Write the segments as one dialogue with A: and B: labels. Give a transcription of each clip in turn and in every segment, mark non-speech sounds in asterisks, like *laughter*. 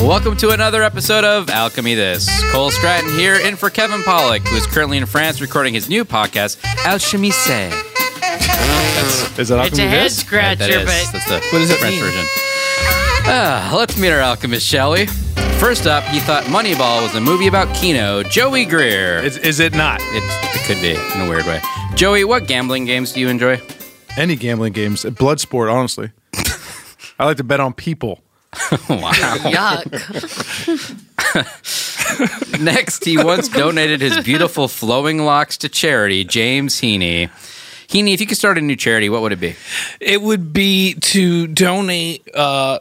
A: Welcome to another episode of Alchemy This. Cole Stratton here in for Kevin Pollock, who is currently in France recording his new podcast, Alchemiste. That's,
B: Is that
C: It's a
B: Alchemy
C: head
B: Disc?
A: that
C: scratcher,
A: is-
C: but
A: that's the
B: What does it
A: French
B: mean?
A: version. Ah, let's meet our alchemist, shall we? First up, he thought Moneyball was a movie about Keno, Joey Greer.
B: Is, is it not?
A: it, it could be in a weird way. Joey, what gambling games do you
B: *laughs*
A: enjoy?
B: Any gambling games? Bloodsport, honestly. I like to bet on people.
C: yuck.
A: Next,
D: *laughs*
A: he once donated his beautiful flowing locks to charity, James Heaney. Heaney, if you could start a new charity, what would it be?
D: It would be to donate. Uh,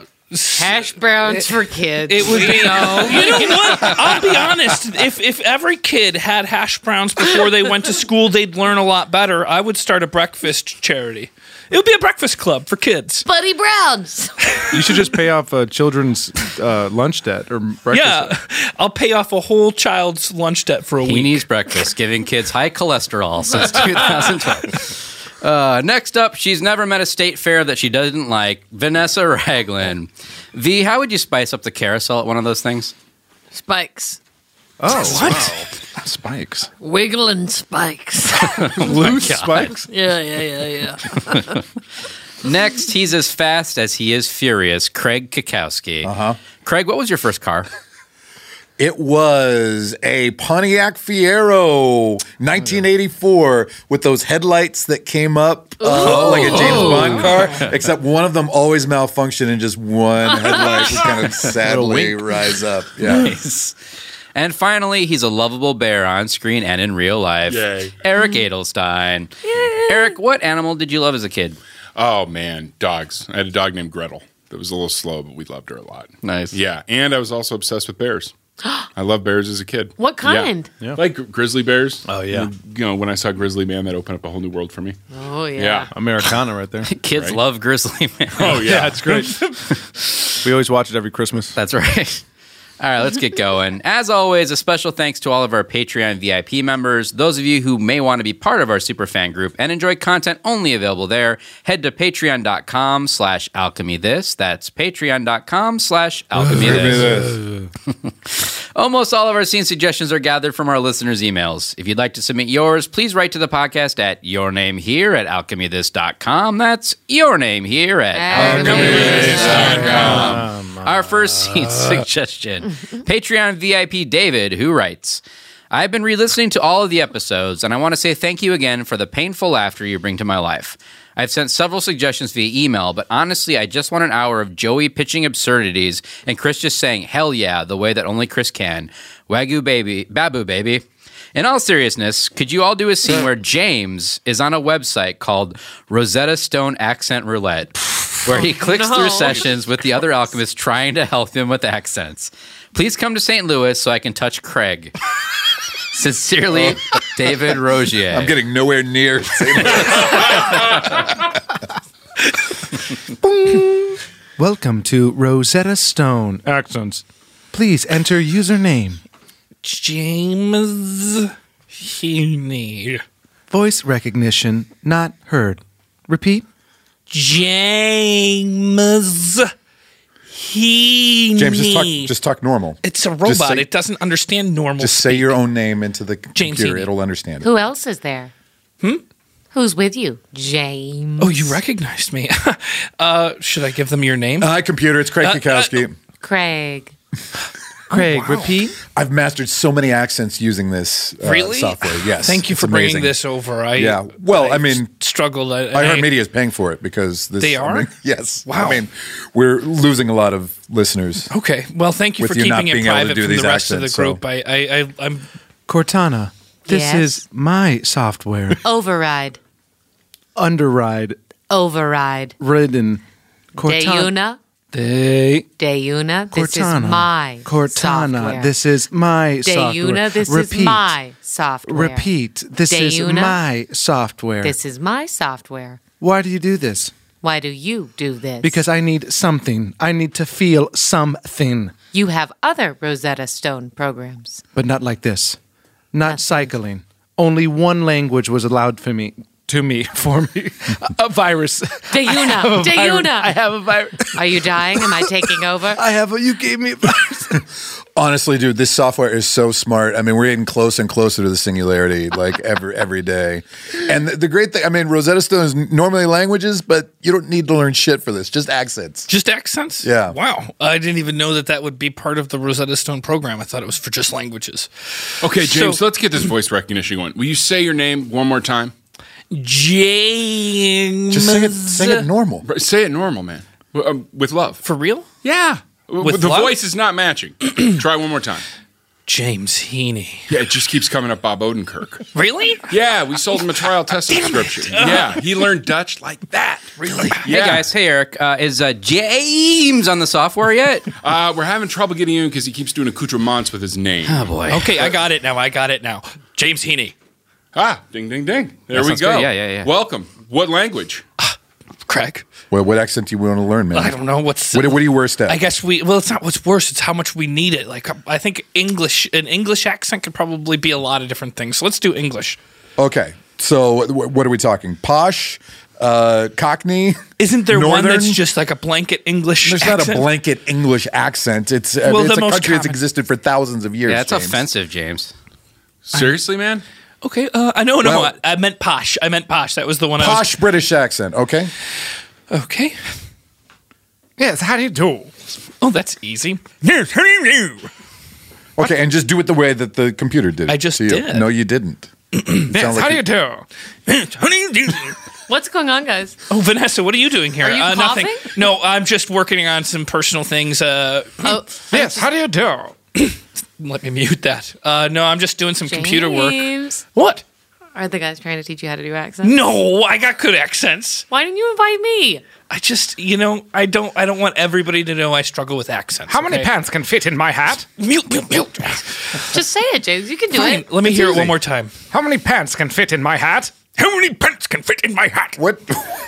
C: Hash browns for kids.
D: it would
C: *laughs*
D: be.
C: No.
D: You know what? I'll be honest. If if every kid had hash browns before they went to school, they'd learn a lot better. I would start a breakfast charity. It would be a breakfast club for kids.
C: Buddy Browns.
B: You should just pay off uh, children's uh, lunch debt or breakfast.
D: Yeah, *laughs* I'll pay off a whole child's lunch debt for a week.
A: Heaney's breakfast, giving kids high cholesterol
D: *laughs*
A: since 2012. Uh, next up, she's never met a state fair that she doesn't like. Vanessa Raglan. V, how would you spice up the carousel at one of those things?
C: Spikes.
D: *laughs*
B: Oh, what? Spikes.
C: Wiggling
E: *laughs*
C: spikes.
D: *laughs*
B: Loose
C: *laughs*
B: spikes.
C: yeah, yeah, yeah, yeah.
A: *laughs* Next, he's as
E: Uh-huh.
A: fast as he is furious. Craig Kakowski. Uh huh. Craig, what was your first car?
E: It was a Pontiac Fiero 1984 with those headlights that came up uh, like a James Bond car, except one of them always malfunctioned and just
A: *laughs*
E: one headlight
F: *laughs*
E: would kind of sadly rise up. Yeah.
A: And finally, he's a lovable bear on screen and in real life.
F: Yay.
A: Eric Edelstein. Eric, what animal did you love as a kid?
F: Oh man, dogs. I had a dog named Gretel that was a little slow, but we loved her a lot.
A: Nice.
F: Yeah, and I was also obsessed with bears. I loved bears as a kid.
C: What
F: Yeah.
C: kind?
F: Like gr- grizzly bears.
B: Oh, yeah.
F: You know, when I saw Grizzly Man, that opened up a whole new world for me.
C: Oh yeah.
F: Yeah.
A: *laughs*
B: Americana right there.
A: Kids
F: Right.
A: love Grizzly
B: *laughs*
A: Man.
F: Oh yeah.
B: it's great. we always watch it every Christmas.
A: That's right. *laughs* All right, let's get going. As always, a special thanks to all of our Patreon VIP members. Those of you who may want to be part of our super fan group and enjoy content only available there, head to patreon.com slash alchemy this. That's patreon.com slash alchemy this. Almost all of our scene suggestions are gathered from our listeners' emails. If you'd like to submit yours, please write to the podcast at your name here at alchemythis.com. That's your name here at alchemythis.com. Our first scene suggestion Patreon VIP David, who writes, I've been re listening to all of the episodes, and I want to say thank you again for the painful laughter you bring to my life. I've sent several suggestions via email, but honestly, I just want an hour of Joey pitching absurdities and Chris just saying, hell yeah, the way that only Chris can. Wagyu baby, babu baby. In all seriousness, could you all do a scene where James is on a website called Rosetta Stone Accent Roulette, where
D: *laughs*
A: he clicks through
C: No.
A: sessions with the other alchemists trying to help him with accents? Please come to St. Louis so I can touch
D: *laughs*
A: Craig. Sincerely,
D: Oh.
A: David
E: *laughs*
A: Rogier.
E: Oh. I'm getting nowhere near.
B: Welcome to Rosetta Stone Accents. Please enter username.
D: James Heaney.
B: Voice recognition not heard. Repeat.
D: James Heaney.
E: James, just talk, just talk normal.
D: it's a robot.
E: just say-
D: it doesn't understand normal.
E: Just say your own name into the
D: James
E: computer.
D: Heaney.
E: It'll understand it.
G: Who else is there? Hmm? Who's with you? James.
D: oh, you
B: *laughs*
D: recognized me. uh, should I give them your name? Uh,
E: Hi, Uh, computer. It's Craig Kukowski.
G: Craig.
B: Craig, repeat.
E: I've mastered so many accents using this uh,
D: Really?
E: software. Yes.
D: Thank you
E: It's
D: for
E: amazing.
D: bringing this over. I
E: Yeah. Well, I mean,
D: struggled. I,
E: I heard
D: I-
E: media is paying for it because this.
D: They are?
E: I mean, *laughs* yes.
D: Wow. Oh.
E: I mean, we're losing a lot of listeners.
D: Okay. Well, thank you
E: With
D: for
E: you not
D: keeping it
E: being able to
D: private
E: do
D: from the
E: these
D: rest of the
E: accents, so-
D: group. I, I, I, I'm
B: Cortana, this
G: Yes?
B: is my software.
G: Override.
B: *laughs* Underride,
G: Override.
B: ridden. Cortana.
G: Dayuna.
B: They.
G: Dayuna. This is
B: Cortana.
G: my
B: Cortana.
G: software.
B: This is my software.
G: Dayuna. This
B: repeat,
G: is my software.
B: Repeat. This is
G: Dayuna.
B: my software.
G: This is my software.
B: Why do you do this?
G: Why do you do this?
B: Because I need something. I need to feel something,
G: you have other Rosetta Stone
B: *laughs*
G: programs.
B: but not like this. Not cycling. Only one language was allowed for me. To me, *laughs* for me, a virus.
G: Dayuna.
B: I
G: Dayuna.
B: have a
G: *laughs*
B: virus.
G: Are you dying? Am I taking over?
B: *laughs* I have a. You gave me a virus.
E: Honestly, dude, this software is so smart. I mean, we're getting closer and closer to the singularity, like every every day. And the, the great thing, I mean, Rosetta Stone is normally languages, but you don't need to learn shit for this. Just accents.
D: just accents.
E: Yeah.
D: Wow. I didn't even know that that would be part of the Rosetta Stone program. I thought it was for just languages.
F: Okay, James,
D: So-
F: let's
D: *laughs*
F: get this voice recognition going. Will you say your name one more time?
D: James.
E: Just sing it, sing it normal.
F: Right, Say it normal, man. W- um, with love.
D: for real.
F: Yeah.
D: With
F: the
D: love?
F: voice is *laughs* not matching. *clears throat* Try one more time.
D: James Heaney.
F: Yeah, it just keeps coming up Bob Odenkirk.
D: Really?
F: Yeah, we sold him a trial test
D: *laughs*
F: subscription. Yeah, he learned Dutch like that. Really?
A: Hey guys, hey Eric, uh, is uh, James on the software yet?
F: *laughs* Uh, we're having trouble getting in because he keeps doing accoutrements with his name.
A: oh boy.
D: Okay, I got it now. I got it now. James Heaney.
F: Ah, ding, ding, ding. There we
A: sounds
F: go.
A: good. Yeah, yeah, yeah.
F: Welcome. What language?
D: Craig.
E: Well, what accent do you want to learn, man?
D: I don't know what's.
E: What, what are you worst at?
D: I guess we well, it's not what's worse. It's how much we need it. Like I think English, an English accent could probably be a lot of different things. So let's do English.
E: Okay. So, wh- what are we talking? Posh, uh, Cockney.
D: Isn't there one that's
E: Northern?
D: just like a blanket English?
E: There's
D: accent?
E: not a blanket English accent. It's, uh,
D: Well,
E: it's
D: the
E: a
D: most
E: country that's
D: common-
E: existed for thousands of years.
A: yeah, that's
E: James.
A: offensive, James.
F: Seriously, man?
D: Okay, uh, I know, no,
E: Well-
D: I, I meant posh. I meant posh. That was the one.
E: Posh British accent. Okay.
D: I was, okay.
B: Yes. How do you do?
D: Oh, that's easy.
E: Okay, and just do it the way that the computer did it. I just
D: did.
E: No, you
D: *clears throat*
E: didn't. Sounds
D: Vince,
E: like
D: how do you do? Vince, how do you do?
G: What's going on,
D: *laughs*
G: guys?
D: Oh, Vanessa, what are you doing here?
G: Are you
D: uh, nothing.
G: coughing?
D: No, I'm just working on some personal things. Uh,
G: Oh,
D: yes, how do you do? *coughs* Let me mute that. Uh, no, I'm just doing some computer work.
G: James.
D: What?
G: Are the guys trying to teach you how to do accents?
D: No, I got good accents.
G: Why didn't you invite me?
D: I just, you know, I don't, I don't want everybody to know I struggle with accents.
B: How many pants can fit in my hat?
D: Mute, mute, mute.
G: Just say it, James. You can do
D: Fine,
G: it.
D: let me hear it one more time.
B: How many pants can fit in my hat?
D: How many pants can fit in my hat? *laughs*
E: What?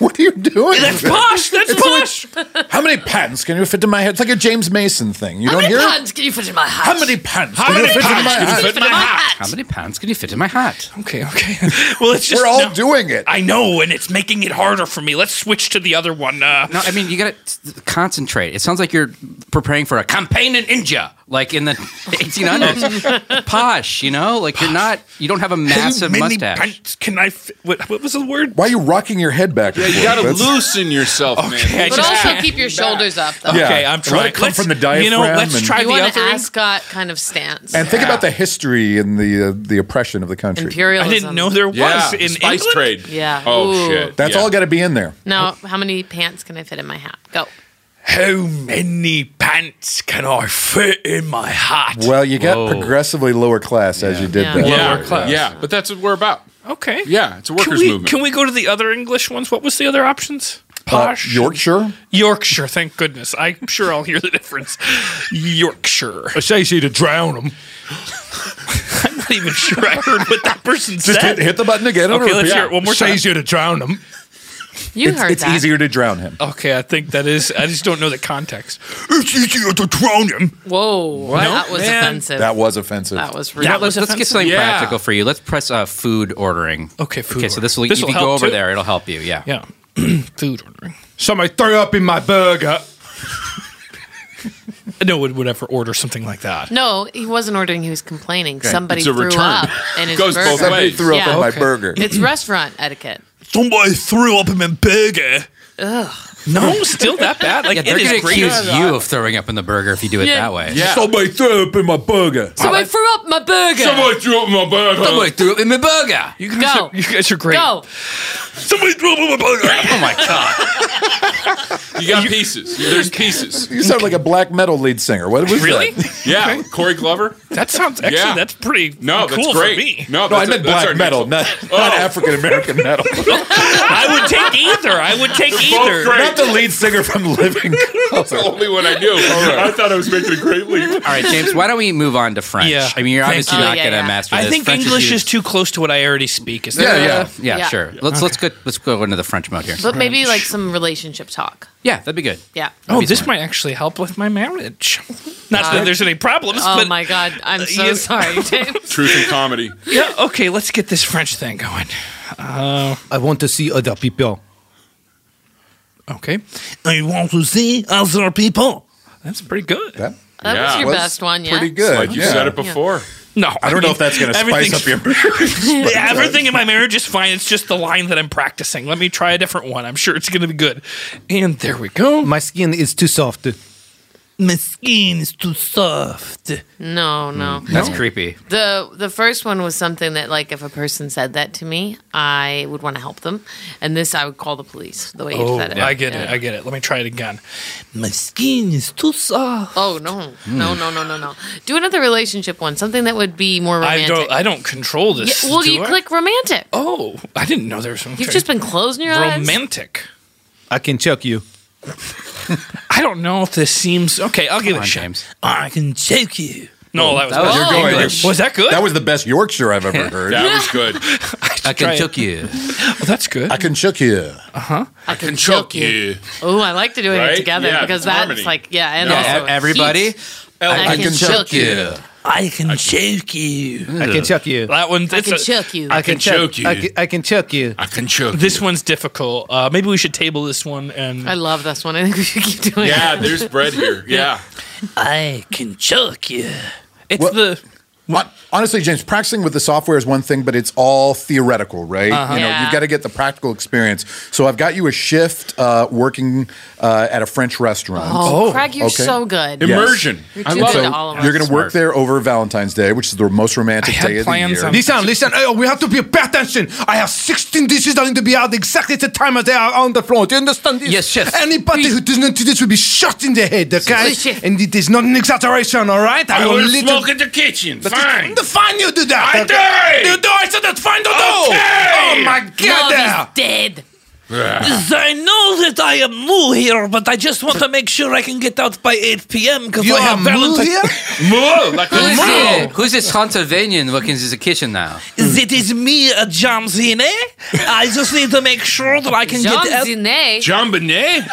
E: What are you doing?
D: That's posh. That's posh.
E: How many pants can you fit in my head? It's like a James Mason thing. You
C: How
E: don't
C: many
E: hear it?
C: pants can you fit in my hat?
E: How many pants?
D: How
E: can you
D: many
E: fit in
D: pants
E: my
D: can you
E: head?
D: fit in my hat?
A: How many pounds can you fit in my hat?
D: Okay, okay. Well, it's just
E: We're all
D: no.
E: doing it.
D: I know, and it's making it harder for me. Let's switch to the other one. Uh,
A: No, I mean you got to concentrate. It sounds like you're preparing for a
D: *laughs*
A: campaign in India, like in the
G: *laughs*
A: 1800s. Posh, you know, like you're not. You don't have a massive
D: How many
A: mustache.
D: pants can I? Fit? What, what was the word?
E: Why are you rocking your head back? and
F: Yeah, you
E: forth?
F: gotta
E: That's-
F: loosen yourself,
D: Okay, I
F: man.
G: But
D: just-
G: also keep your shoulders up, though.
E: Yeah.
D: Okay, I'm
E: Let it
D: trying.
E: come
D: Let's-
E: from the
D: You know,
E: diaphragm
D: let's
E: and-
D: try
G: You
D: the
G: want
D: other.
G: an ascot kind of stance.
E: And think about the history and the uh, the oppression of the country.
D: I
G: Imperialism.
D: didn't know there was
F: Yeah,
D: in
F: spice
D: England?
F: trade.
G: Yeah.
F: Oh
G: Ooh.
F: shit.
E: That's
F: Yeah.
E: all got to be in there.
G: Now, how many pants can I fit in my hat? Go.
D: How many pants can I fit in my hat?
E: Well, you got progressively lower class as you did
G: Yeah.
E: that.
G: Yeah.
F: Yeah,
D: Lower class.
F: yeah, but that's what we're about.
D: okay.
F: Yeah, it's a
D: Can
F: workers'
D: we,
F: movement.
D: Can we go to the other English ones? What was the other options?
E: Uh,
D: Posh.
E: Yorkshire.
D: Yorkshire. Thank goodness. I'm sure I'll hear the difference. Yorkshire.
B: I say she to drown him.
D: *laughs* I'm not even sure I heard what that person
E: Just hit,
D: said.
E: hit the button again.
D: Okay, let's hear it one more time.
B: you to drown him.
G: You
E: it's
G: heard
E: it's
G: that.
E: easier to drown him.
D: Okay, I think that is. I just don't know the context. It's easier to drown him.
G: Whoa. That was
D: Man.
G: offensive.
E: That was offensive.
G: That was
A: Yeah,
G: really
A: let's, let's get something
F: Yeah.
A: practical for you. Let's press uh, food ordering.
D: Okay, food
A: Okay, so this will
D: ordering.
A: if you
D: This'll
A: go
D: help
A: over
D: too.
A: there, it'll help you. Yeah.
D: Yeah. *clears throat* Food ordering.
B: Somebody threw up in my burger.
D: No one would ever order something like that.
G: No, he wasn't ordering. He was complaining. Somebody
F: It's a
G: threw
F: return.
G: up in his
F: Goes
G: burger.
F: both
E: Somebody
F: ways.
E: threw up
G: Yeah.
E: on my
G: Okay.
E: burger.
G: It's restaurant etiquette.
D: Somebody threw up in eh? Oh. a burger. Ugh. No, still that bad. Like
A: Yeah,
D: it
A: they're
D: is
A: going to
D: great.
A: accuse you of throwing up in the burger if you do it
G: Yeah.
A: that way.
F: Yeah.
E: Somebody threw up in my burger.
G: So I threw up my burger.
F: Somebody threw up my burger.
A: Somebody threw up in my burger.
D: You guys,
G: Go.
D: Are, you guys are great.
G: Go.
D: Somebody threw up in my *laughs* burger.
A: Oh my god!
F: You got pieces. There's pieces.
E: You sound like a black metal lead singer. What was
D: really?
E: That?
F: Yeah, Corey Glover.
D: That sounds actually.
F: Yeah.
D: That's pretty. *laughs*
F: No,
D: cool
F: that's great.
D: For me.
F: No,
E: No, I
F: that's
E: meant
F: that's
E: black
F: our
E: metal,
F: next-
E: not,
F: Oh.
E: not African American metal.
D: I *laughs* would take either. I would take
F: both
D: either.
F: great.
E: not the lead singer from
A: *laughs*
E: Living *laughs*
D: *laughs*
F: That's the only one I knew. *laughs* I thought I was making a great leap.
A: All right, James, why don't we move on to French?
D: Yeah.
A: I mean, you're
D: Thank
A: obviously
G: you.
A: not
G: Oh, yeah,
A: going to
G: yeah.
A: master
D: I
A: this.
D: think
A: French is
D: English is
A: used-
D: too close to what I already speak. Is
E: Yeah,
D: that
E: yeah.
A: Yeah,
G: Yeah.
A: sure. Let's let's get let's go into the French mode here.
G: But maybe like some relationship talk.
A: Yeah, that'd be good.
G: Yeah.
A: That'd
D: Oh,
A: be
D: this
A: smart.
D: might actually help with my marriage. Not that there's any problems,
G: Oh
D: but
G: my God. I'm so
D: yeah. *laughs*
G: *laughs* sorry, James.
F: Truth and comedy.
D: *laughs* yeah. Okay, let's get this French thing going.
H: Uh,
B: I want to see other people.
D: Okay, I want to see other people. That's pretty good.
E: That
G: That was
F: Yeah.
G: your
E: was
G: best one, yeah.
E: Pretty good.
F: Like you
E: yeah.
F: said it before.
D: no,
E: I don't know if that's going to spice up your.
D: *laughs* Everything in my marriage is fine. It's just the line that I'm practicing. Let me try a different one. I'm sure it's going to be good. And there we go.
B: My skin is too soft.
D: My skin is too soft. Mm,
G: No, no.
A: That's creepy.
G: The the first one was something that like if a person said that to me, I would want to help them. And this I would call the police the way you
D: Oh,
G: said it.
D: I get it.
G: Yeah.
D: I get it. Let me try it again. My skin is too soft.
G: Oh no. No, no, no, no, no. Do another relationship one. Something that would be more
D: I
G: romantic.
D: don't. I don't control
G: Yeah,
D: this.
G: well,
D: do
G: you
D: I?
G: click romantic.
D: Oh, I didn't know there was something.
G: You've just been closing your eyes.
D: romantic.
B: I can chuck you.
D: I don't know if this seems okay. I'll give it
A: on,
D: a shot.
A: James.
D: I can take you.
E: Oh,
D: No, that was,
A: that was
D: better.
A: your
G: Oh,
E: going.
D: English. Was that good?
E: That was the best Yorkshire
D: *laughs*
E: I've ever heard.
F: That
E: *laughs*
F: was good.
A: I
D: Try
A: can
D: it.
A: choke you.
D: Oh, that's good. Uh-huh.
E: I can shook you.
G: I can
F: Choke you.
G: Oh, I like to doing it
F: Right?
G: together
F: Yeah,
G: because
F: it's
G: that's
F: harmony.
G: like yeah, and
F: No.
G: also
A: E- everybody,
G: heat. I, can, choke, you.
D: I can choke you.
B: I can chuck you.
D: That one.
G: I
D: That's
G: can
D: a-
G: choke you.
B: I can
F: chuck- choke you.
B: I can, I can chuck you.
F: I can choke
D: This one's difficult. Uh, maybe we should table this one and.
G: I love this one. I think we should keep doing
F: Yeah,
G: it. *laughs*
I: *laughs*
F: there's bread here. Yeah.
D: I can choke you. It's
E: What-
D: the
E: Hon- Honestly, James, practicing with the software is one thing, but it's all theoretical, right?
J: Uh-huh.
E: You know,
J: Yeah.
E: you've got to get the practical experience. So I've got you a shift uh, working uh, at a French restaurant.
G: Oh, Oh. Craig, you're so good. Immersion. You're too good
E: so
G: to all of us.
E: you're going to work
G: Smart.
E: there over Valentine's Day, which is the most romantic day of the year.
J: Listen, listen. Oh, we have to be pay attention. I have 16 dishes that need to be out exactly at the time as they are on the floor. Do you understand this? Yes, chef. Anybody who does not do this will be shot in the head, okay? And it is not an exaggeration, all right?
F: I
J: will
F: will
J: little-
F: smoke in the kitchen.
J: But
F: Fine.
J: The fine you do that.
F: I
J: okay?
F: did.
J: You do. I said that's fine to
F: *laughs*
J: do.
F: Okay.
J: Oh my god!
F: Love
J: there.
G: dead.
I: I know that I am new here, but I just want to make sure I can get out by 8 p.m. because I have Valentine- *laughs*
A: Mole, like
I: a
A: who's,
I: mole.
A: it? who's this Transylvanian looking in the kitchen now?
I: That is me, uh, Jamzine. I just need to make sure that I can get out.
G: Jamzine?
I: Jambinet?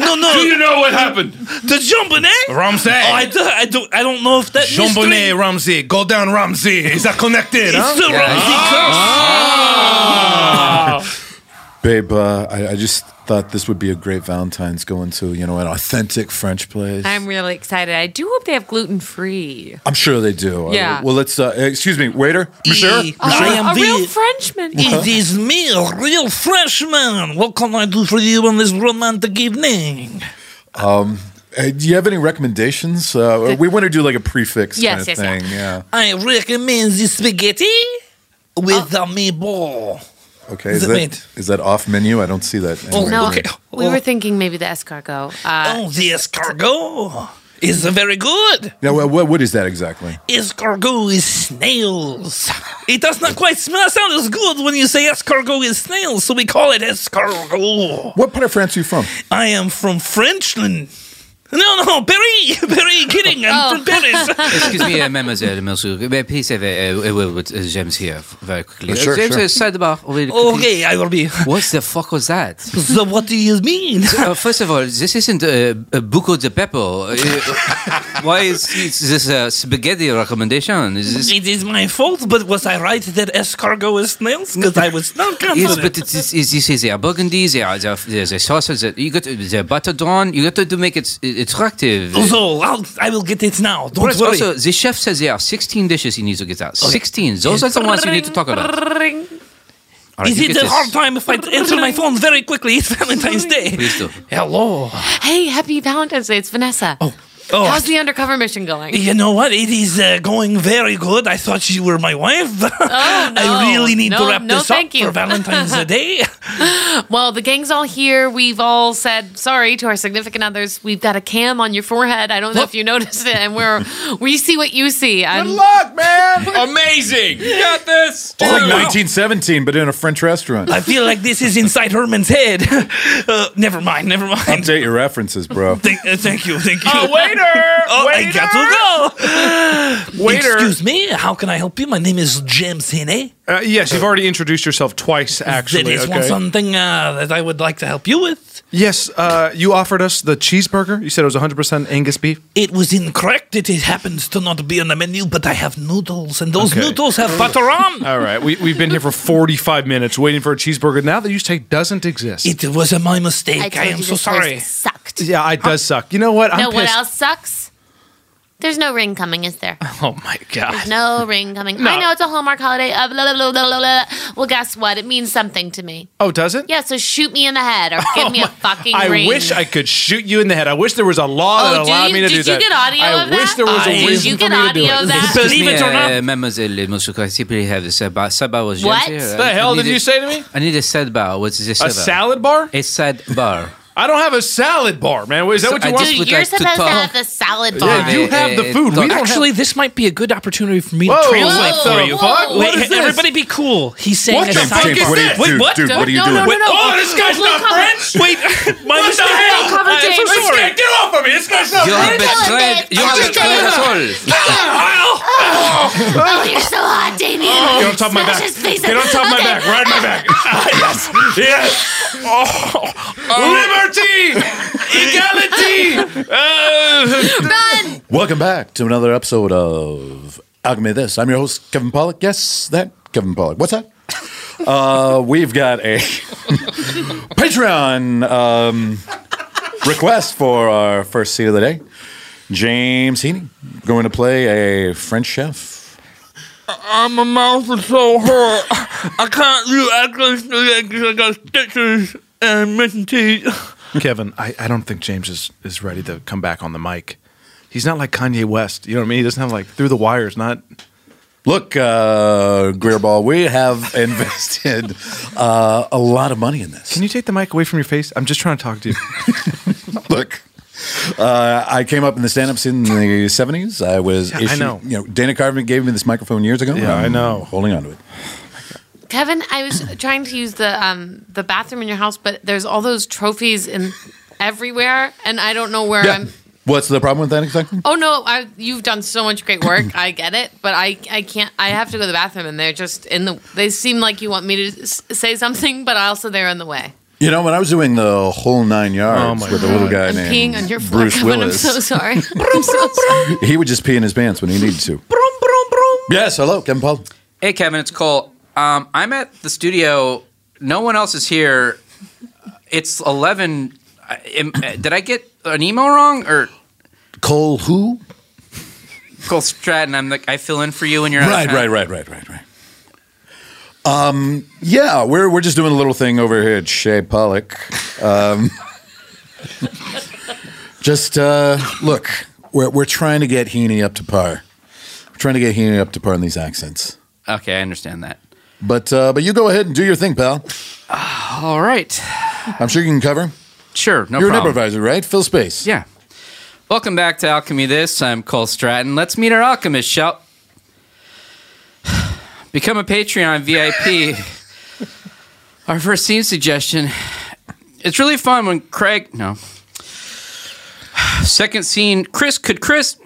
I: *laughs* no, no.
F: Do you know what happened?
I: The Jambinet?
J: Ramsey.
I: Oh, I, do, I, do, I don't know if that
J: Jean Bonnet, Ramsey. Go down, Ramsey. Is that connected?
I: It's
J: huh?
I: the Yeah. Ramsey
J: Ah.
E: Ah. Babe, uh, I, I just thought this would be a great Valentine's going to, you know, an authentic French place.
G: I'm really excited. I do hope they have gluten free.
E: I'm sure they do. Uh,
G: Yeah.
E: well, let's, uh, excuse me, waiter,
I: E.
E: monsieur,
I: Oh.
E: monsieur?
G: a real Frenchman.
I: It is me, a real freshman. What can I do for you on this romantic evening?
E: Um, uh, do you have any recommendations? Uh, we want to do like a prefix kind of
I: Yes, yes, yeah.
E: thing. Yeah.
I: I recommend the spaghetti with
G: Uh.
I: the meatball.
E: Okay. Is
I: The
E: that,
I: meat.
E: is that off menu? I don't see that. anywhere.
G: no,
E: Okay.
G: we were thinking maybe the escargot. Uh,
I: oh, the escargot is very good.
E: Now, wha- what, what is that exactly?
I: Escargot is snails. It does not quite smell, sound as good when you say escargot is snails, so we call it escargot.
E: What part of France are you from?
I: I am from Frenchland. No, no, *laughs* Paris, Paris, kidding. I'm
G: Oh.
I: from Paris.
A: Excuse me,
I: *laughs*
A: uh, mademoiselle, monsieur. May I Please have a, a, a word with uh, James here very quickly.
I: Uh, sure,
A: Uh, James,
I: sure.
A: uh, sidebar. really quickly.
I: Okay, Oh, I will be. *laughs*
A: What the fuck was that?
I: So what do you mean?
A: uh, first of all, this isn't uh, a buco de peppo. Uh, *laughs* why is is this a spaghetti recommendation? Is this?
I: *laughs* It is my fault, but was I right that escargot is snails? Because I was not
A: *laughs*
I: confident.
A: Yes, but it is, is, you see, they are burgundy, they are, they are, they are the sauces, that you got to, they are buttered on, you got to, to make it uh, attractive.
I: So I'll, I will get it now. Don't
A: Plus,
I: worry.
A: also, the chef says there are 16 dishes you need to get out. 16. Those are the ones you need to talk about. All right,
I: is
A: you
I: it
A: get
I: a
A: this.
I: hard time if I answer my phone very quickly? It's Valentine's Day.
A: Please do.
I: Hello.
G: hey, happy Valentine's Day. It's Vanessa. Oh,
I: oh.
G: How's the undercover mission going?
I: You know what? It is uh, going very good. I thought you were my wife. *laughs* Oh, I really need
G: No,
I: to wrap
G: no,
I: this
G: thank
I: up
G: you.
I: for
G: *laughs*
I: Valentine's Day.
G: Well, the gang's all here. We've all said sorry to our significant others. We've got a cam on your forehead. I don't know if you *laughs* noticed it, and we're we see what you see. I'm, Good *laughs*
E: luck, man!
I: Amazing. You got this. *laughs*
E: It's like 1917, but in a French restaurant.
I: I feel like this is inside Herman's head. *laughs* Uh, never mind, never mind.
E: Update your references, bro.
I: *laughs* Thank, uh, thank you, thank you.
J: Uh, waiter,
I: *laughs* oh, I got to go.
K: Waiter.
I: *laughs* Excuse me, how can I help you? My name is James Hine.
K: Uh, yes, you've already introduced yourself twice, actually.
I: there is
K: okay.
I: one something uh, that I would like to help you with.
K: Yes, uh, you offered us the cheeseburger. You said it was 100% Angus beef.
I: It was incorrect that it happens to not be on the menu, but I have noodles, and those
K: Okay.
I: noodles have butter on.
K: All right, we, we've been here for 45 minutes waiting for a cheeseburger. Now that you say doesn't exist.
I: It was a, my mistake. I, am so sorry.
G: Sucked.
K: Yeah, it does suck. You know what? I'm
G: know what
K: pissed.
G: else sucks? There's no ring coming, is
K: *sighs*
G: there?
K: *laughs* Oh my
G: There's no ring coming. I know it's a Hallmark holiday. Uh, blah, blah, blah, blah, blah, blah. Well, guess what? It means something to me.
K: Oh, does it? Oh
G: Yeah, so shoot me in the head or
K: *laughs*
G: give me a fucking
K: I
G: ring.
K: wish I could shoot you in the head. I wish there was a law
G: Oh,
K: that
G: do
K: allowed
G: you-
K: me to
G: did
K: do
G: you
K: that.
G: get audio
K: I
G: of
K: wish
G: that?
K: there was a
G: Did you
K: reason
G: get
K: for me to do
G: audio of
K: it.
G: that?
A: Excuse
G: Believe
A: me,
G: it or not.
A: uh, mademoiselle, uh, monsieur, can I simply have a sidebar, sidebar was James
G: What?
A: here.
K: The
A: I- I
K: hell did
A: need a-
K: you say to me?
A: I need a sidebar. What is a sidebar?
K: salad bar?
A: A sidebar.
K: I don't have a salad bar, man. Is that
A: So
K: what you
A: I
K: want?
A: just would
G: Dude, you're
A: like to
G: supposed to,
A: talk-
G: have the salad bar.
K: Yeah, you have the food. We don't
I: Actually, this might be a good opportunity for me
K: Whoa,
I: to translate
K: what
I: for
K: the
I: you.
K: fuck? What
I: Wait,
K: is this?
I: everybody be cool. He's saying
K: What
I: a
K: the fuck
I: side-
K: is What are you- this?
I: Wait,
K: dude,
I: what?
K: dude, what are you No, no, doing? no,
I: Wait,
K: no.
I: Oh, this guy's
K: Don't
I: not
K: cover-
I: French? Wait,
K: What
I: my
K: the
I: mistake.
K: hell? Don't cover
I: I am
K: James.
I: so
K: This guy-
I: sorry.
K: get off of me. This guy's not
A: You have
K: French.
A: betrayed. You have betrayed us all.
G: Oh, you're so hot,
K: *laughs*
G: Damien.
F: Oh,
K: Get on top of my
G: Smash
K: back.
G: his face
K: Get
G: in.
K: on top of my
G: Okay.
K: back. Ride my *laughs* back. Ah,
F: *laughs*
K: yes. Yes. Oh. Liberty. Equality. Uh,
E: Welcome back to another episode of Alchemy This. I'm your host, Kevin Pollock. Yes, that Kevin Pollock. What's
I: *laughs*
E: that? uh, we've got a *laughs* Patreon um, request for our first seat of the day. James Heaney going to play a French chef
D: I- my mouth is so hurt. I can't do accents because I got stitches and missing teeth.
B: Kevin, I, I don't think James is, is ready to come back on the mic. He's not like Kanye West. You know what I mean? He doesn't have like through the wires, not.
E: Look, uh, Greerball, we have
K: *laughs*
E: invested uh, a lot of money in this.
B: Can you take the mic away from your face? I'm just trying to talk to
K: *laughs*
B: you.
E: Look, uh, I came up in the stand-up scene in the '70s. I was,
B: Yeah, I
E: issued-
B: know.
E: You know, Dana Carvin gave me this microphone years ago.
B: Yeah, I
E: I'm
B: know.
E: Holding on to it.
G: Kevin, I was trying to use the um, the bathroom in your house, but there's all those trophies in everywhere, and I don't know where
E: Yeah.
G: I'm.
E: What's the problem with that exactly?
G: Oh no, I, you've done so much great work.
E: *clears throat*
G: I get it, but I I can't. I have to go to the bathroom, and they're just in the. They seem like you want me to s- say something, but also they're in the way.
E: You know, when I was doing the whole nine
B: Oh,
E: yards with a little guy
G: I'm
E: named
G: peeing on your floor,
E: Bruce
G: Kevin. I'm
E: Willis,
G: so
E: *laughs*
G: sorry. I'm so sorry.
E: he would just pee in his pants when he needed to. Yes, hello, Kevin Paul.
A: Hey, Kevin, it's Cole. Um, I'm at the studio. No one else is here. It's 11. I- am- uh, did I get an email wrong or
E: Cole, who?
A: Cole Stratton? I'm like I fill in for you when you're out
E: Right,
A: of town.
E: right, right, right, right, right. Um, yeah, we're we're just doing a little thing over here at Shea Pollock. Um, *laughs* just uh, look, we're we're trying to get Heaney up to par. We're trying to get Heaney up to par in these accents.
A: Okay, I understand that.
E: But uh, but you go ahead and do your thing, pal.
A: *sighs* All right.
E: I'm sure you can cover.
A: Sure, no
E: You're an
A: problem.
E: improviser, right? Fill space.
A: Yeah. Welcome back to Alchemy This. I'm Cole Stratton. Let's meet our alchemist, shall *sighs* Become a Patreon VIP. our first scene suggestion. It's really fun when Craig. No. *sighs* Second scene. Chris, could Chris.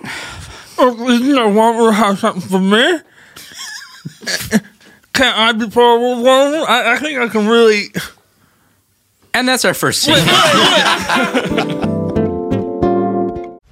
D: Oh, isn't there one who has something
A: *laughs*
D: for me? Can I be part of one? I, I think I can really.
A: And that's our first
D: scene.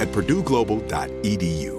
L: at purdueglobal.edu.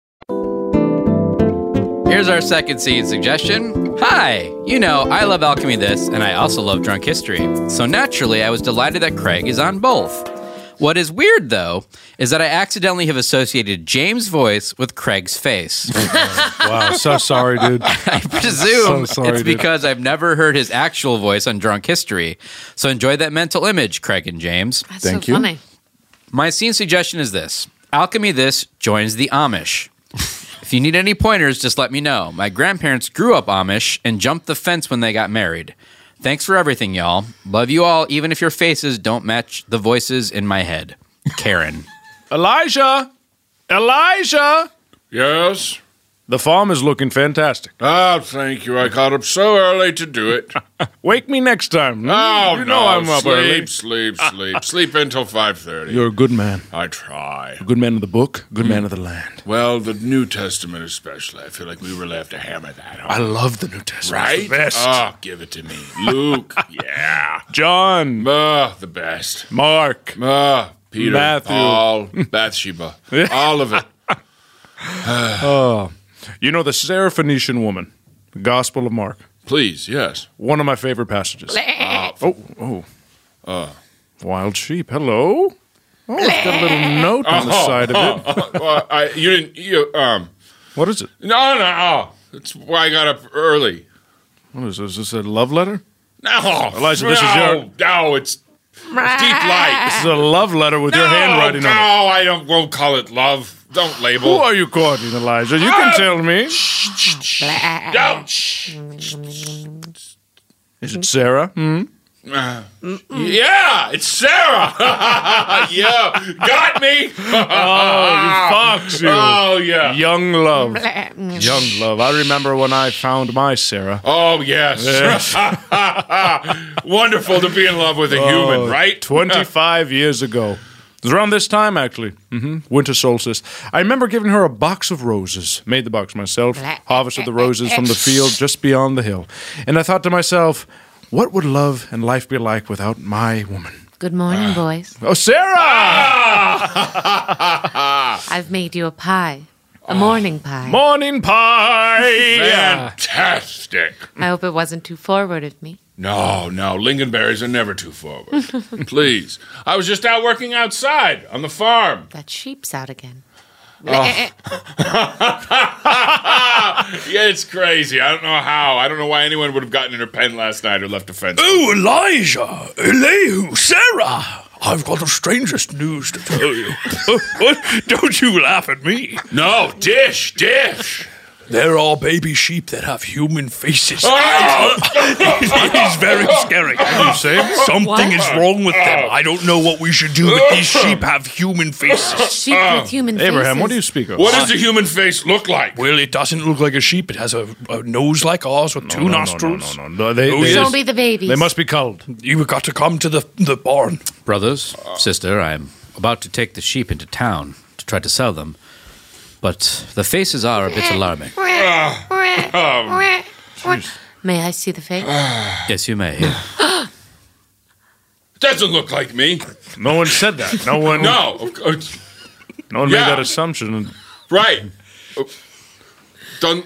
A: Here's our second scene suggestion. Hi! You know, I love Alchemy This, and I also love Drunk History. So naturally, I was delighted that Craig is on both. What is weird, though, is that I accidentally have associated James' voice with Craig's face.
M: *laughs* wow, so sorry, dude.
A: I
M: So
A: presume
M: sorry,
A: it's
M: dude.
A: because I've never heard his actual voice on Drunk History. So enjoy that mental image, Craig and James.
N: That's Thank so you. funny.
A: My scene suggestion is this Alchemy This joins the Amish. if you need any pointers, just let me know. My grandparents grew up Amish and jumped the fence when they got married. Thanks for everything, y'all. Love you all, even if your faces don't match the voices in my head. Karen.
K: Elijah! Elijah!
F: Yes?
K: The farm is looking fantastic.
F: Oh, thank you. I got up so early to do it.
K: *laughs* Wake me next time.
F: Oh,
K: you
F: no.
K: know I'm up
F: sleep,
K: early.
F: sleep,
K: *laughs*
F: sleep. sleep until 5.30.
K: You're a good man.
F: I try.
K: A good man of the book, good man of the land.
F: Well, the New Testament especially. I feel like we really have to hammer that out.
K: I love the New Testament.
F: Right?
K: It's the best.
F: Oh, give it
K: *laughs*
F: to me. Luke. yeah.
K: John.
F: Ah, the best.
K: Mark.
F: Ah, Peter.
K: Matthew.
F: Paul.
K: *laughs*
F: Bathsheba. all of it.
K: oh. You know the Seraphonician woman, the Gospel of Mark.
F: Please, yes.
K: One of my favorite passages.
F: Ah,
K: Oh, oh.
F: Uh.
K: Wild sheep. Hello. Oh, it's got a little note on the
F: Oh,
K: side of it.
F: oh, oh, well, I, you didn't. You um.
K: What is it?
F: No, no. Oh, that's why I got up early.
K: What is this? Is this a love letter?
F: No,
K: Elijah, this is
F: no,
K: your.
F: No, it's deep light.
K: This is a love letter with your handwriting
F: no,
K: on it.
F: No, I don't. Won't call it love. Don't label.
K: Who are you courting, Elijah? You can
F: Ah!
K: tell me.
F: Don't.
K: Is it Sarah? Hmm?
F: Uh, yeah, it's Sarah. *laughs* yeah, got me.
K: oh, you fucks you.
F: Ah. Oh yeah.
K: Young love. Young love. I remember when I found my Sarah.
F: Oh yes. *laughs* Wonderful to be in love with a human,
K: Oh,
F: right? *laughs*
K: 25 years ago. It was around this time, actually. hmm Winter solstice. I remember giving her a box of roses. Made the box myself, harvested the roses from the field just beyond the hill. And I thought to myself, what would love and life be like without my woman?
N: Good morning,
B: Ah.
N: boys.
K: Oh, Sarah!
F: Ah!
N: I've made you a pie, a morning pie.
K: Ah. Morning pie!
F: Fantastic.
N: I hope it wasn't too forward of me.
F: No, no, lingonberries are never too forward.
K: *laughs*
F: Please. I was just out working outside on the farm.
N: That sheep's out again.
F: Oh. *laughs* yeah, it's crazy. I don't know how. I don't know why anyone would have gotten in her pen last night or left a fence.
K: Oh, Elijah!
F: Elihu,
K: Sarah! I've got the strangest news to tell
D: *laughs*
K: you. *laughs* Don't you laugh at me.
F: No, dish, dish.
K: There are baby sheep that have human faces.
F: Oh!
K: *laughs*
D: it is very scary.
K: You say?
D: Something
K: What?
D: is wrong with them. I don't know what we should do, but
F: *laughs*
D: these sheep have human faces.
N: Sheep
F: Oh.
N: with human
K: Ah. Abraham,
N: faces.
K: what do you speak of?
F: What does the human face look like?
D: Well, it doesn't look like a sheep. It has a, a nose like ours with two
K: no, no,
D: nostrils.
K: no, no, no. They-
D: Oh,
K: they-
N: Don't be the babies.
K: They must be culled.
D: You've got to come to the, the barn.
A: Brothers, sister, I'm about to take the sheep into town to try to sell them, but the faces are a bit
K: Ah.
A: alarming.
K: Um,
N: May I see the face?
A: Yes, you may. Here.
K: Ah.
F: Doesn't look like me.
K: No one said that. No one.
F: No. of course-
K: No one
F: Yeah.
K: made that assumption.
F: Right. Done.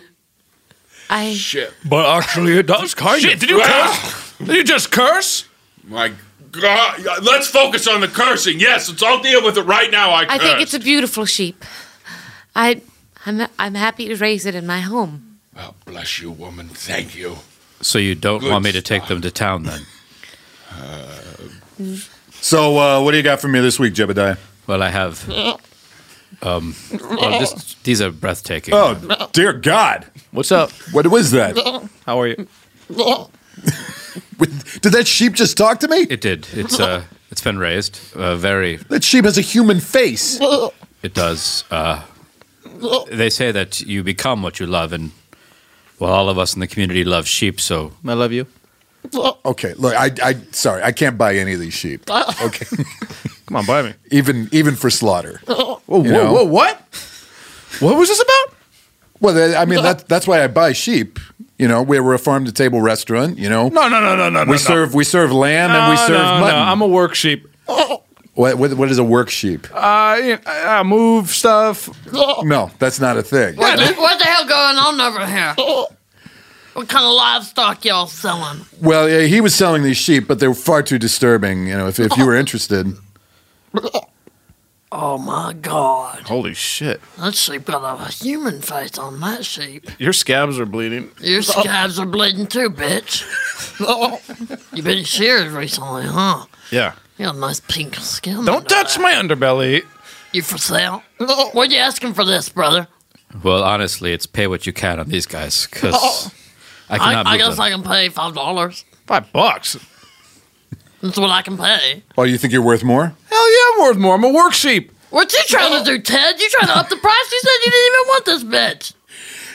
N: *gasps* I.
F: Shit.
K: But actually, it does kind
F: Shit,
K: of.
F: did you
K: curse? did you just curse?
F: My God. Let's focus on the cursing. Yes, let's all deal with it right now. I,
N: I
F: curse.
N: think it's a beautiful sheep. I, I'm, I'm happy to raise it in my home.
F: Oh, Bless you, woman. Thank you.
A: So you don't
F: Good
A: want me to take them to town *sighs* then?
E: uh, So, uh, what do you got for me this week, Jebediah?
A: Well, I have Um, well, this, these are breathtaking.
E: Oh, dear God.
A: What's up?
E: What was that?
A: How are you?
E: Did that sheep just talk to me? It
A: did. It's uh, it's been raised. Uh, very.
E: That sheep has a human face.
A: It does. Uh, they say that you become what you love, and well, all of us in the community love sheep. So
E: I love you. Okay, look, I, I, sorry, I can't buy any of these sheep. Okay,
K: *laughs* come on, buy me.
E: Even, even for slaughter.
K: Whoa,
E: You
K: whoa,
E: know?
K: whoa, what? What was this about?
E: Well, I mean, that, that's why I buy sheep. You know, we we're a farm to table restaurant. You know,
K: No, no, no, no, no,
E: We
K: no, no.
E: serve, we serve lamb and we
K: No,
E: serve
K: no,
E: mutton.
K: No, I'm a work sheep.
E: what, what, what is a work sheep?
K: Uh, you Uh, know, I I move stuff.
E: No, that's not a thing.
C: What, what the hell going on over here? What kind of livestock y'all selling?
E: Well, yeah, he was selling these sheep, but they were far too disturbing. You know, if, if you were interested,
C: Oh my god.
K: Holy shit!
C: That sheep got a human face on that sheep.
K: Your scabs are bleeding.
C: Your scabs are bleeding too,
E: *laughs*
C: bitch. You've been sheared recently, huh?
K: Yeah.
C: You got a nice pink skin.
K: Don't touch my underbelly.
C: You for sale? What are you asking for this, brother?
A: Well, honestly, it's pay what you can on these guys because I cannot.
C: I,
A: move
C: guess
A: them.
C: I can pay five dollars.
K: Five bucks.
C: That's what I can pay.
E: oh, you think you're worth more?
K: Hell yeah, I'm worth more. I'm a work sheep.
C: What you trying to do, Ted? You trying to up the price? You said you didn't even want this bitch.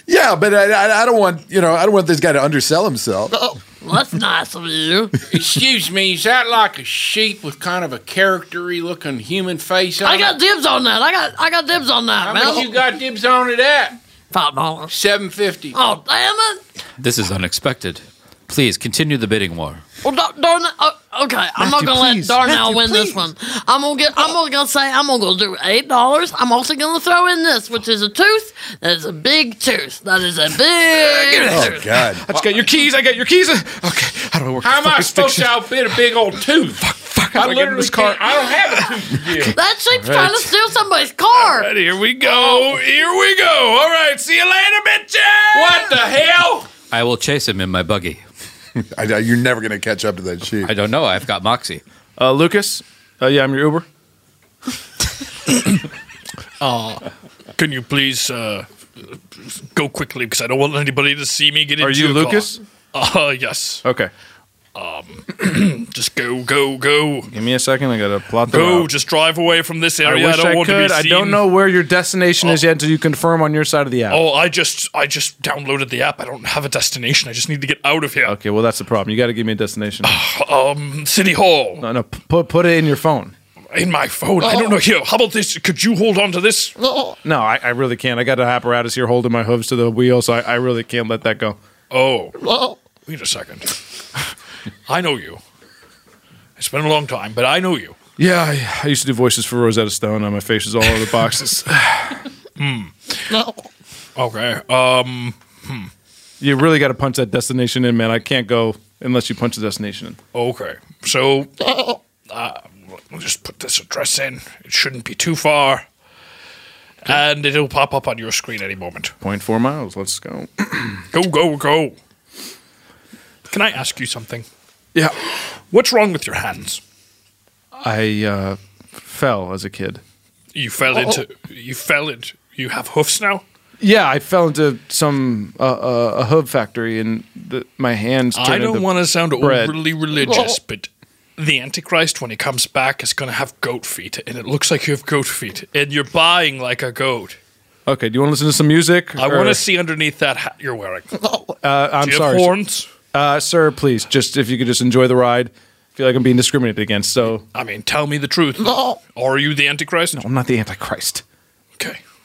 E: Yeah, but I, I, I don't want you know I don't want this guy to undersell himself.
C: Well, that's nice of you.
F: Excuse me, is that like a sheep with kind of a charactery looking human face on
C: I got
F: it?
C: dibs on that. I got I got dibs on that,
F: How
C: man.
F: much you got dibs on it at?
C: Five dollars.
F: Seven fifty.
C: Oh damn it!
A: This is unexpected. Please continue the bidding war.
C: Well, Dar- Darnell. oh, okay, I'm not
A: Matthew,
C: gonna
A: please.
C: let Darnell
A: Matthew,
C: win this one. I'm gonna get. I'm gonna say I'm gonna go do eight dollars. I'm also gonna throw in this, which is a tooth. That is a big tooth. That is a
K: Oh,
C: big. tooth.
E: God!
K: I just got your keys. I got your keys. Okay, how do I work?
F: How am
K: this
F: I
K: fucking
F: supposed
K: stick
F: to outbid a big old Oh, tooth? Fuck,
K: fuck,
F: I
K: do I get in
F: literally
K: this car?
F: can't- I don't have
K: *laughs*
F: a tooth to give.
C: That sheep's
K: All right.
C: trying to steal somebody's car.
K: shit? Here we go. Here we go. All right. See you later, bitches.
F: What the hell?
A: I will chase him in my buggy.
E: *laughs* I, you're never going to catch up to that sheep.
A: I don't know. I've got Moxie.
K: Uh, Lucas. Uh, yeah, I'm your Uber.
D: Uh, can you please uh, go quickly because I don't want anybody to see me get
K: Are
D: into
K: you
D: a car.
K: Lucas?
D: Uh, yes.
K: Okay.
D: Um, just go, go, go.
K: Give me a second. I gotta plot the
D: Go,
K: route.
D: just drive away from this
K: I
D: area. I,
K: wish
D: don't
K: I
D: want to
K: could.
D: be
K: I
D: seen.
K: don't know where your destination is yet until you confirm on your side of the app.
D: Oh, I just, I just downloaded the app. I don't have a destination. I just need to get out of here.
K: Okay, well that's the problem. You got to give me a destination.
D: *sighs* Um, City Hall.
K: no, no, p- put put it in your phone.
D: In my phone. I don't know. Here, how about this? Could you hold on to this?
K: No, I, I really can't. I got an apparatus here holding my hooves to the wheel, so I, I really can't let that go.
D: Oh, wait a second. I know you. It's been a long time, but I know you.
K: Yeah, I, I used to do voices for Rosetta Stone, and my face is all over the
D: *laughs*
K: boxes. *sighs*
D: No. Hmm. Okay. Um. Hmm.
K: you really got to punch that destination in, man. I can't go unless you punch the destination in.
D: Okay. So, uh, we'll just put this address in. It shouldn't be too far, and it'll pop up on your screen any moment.
K: Point four miles. Let's
D: *clears throat*
K: go.
D: Go, go, go. Can I ask you something?
K: Yeah.
D: What's wrong with your hands?
K: I uh, fell as a kid.
D: You fell
K: Oh.
D: into. You fell into. You have hoofs now.
K: Yeah, I fell into some uh, uh, a hoof factory, and the, my hands. Turned
D: I don't
K: into
D: want to sound
K: bread.
D: overly religious, but the Antichrist, when he comes back, is going to have goat feet, and it looks like you have goat feet, and you're buying like a goat.
K: Okay, do you want to listen to some music?
D: I want
K: or-
D: to see underneath that hat you're wearing.
K: Uh, I'm
D: Do you have
K: sorry. sir.
D: horns?
K: Uh, sir, please, just if you could just enjoy the ride. I feel like I'm being discriminated against, so
D: I mean, tell me the truth. Are you the Antichrist? No,
K: I'm not the Antichrist.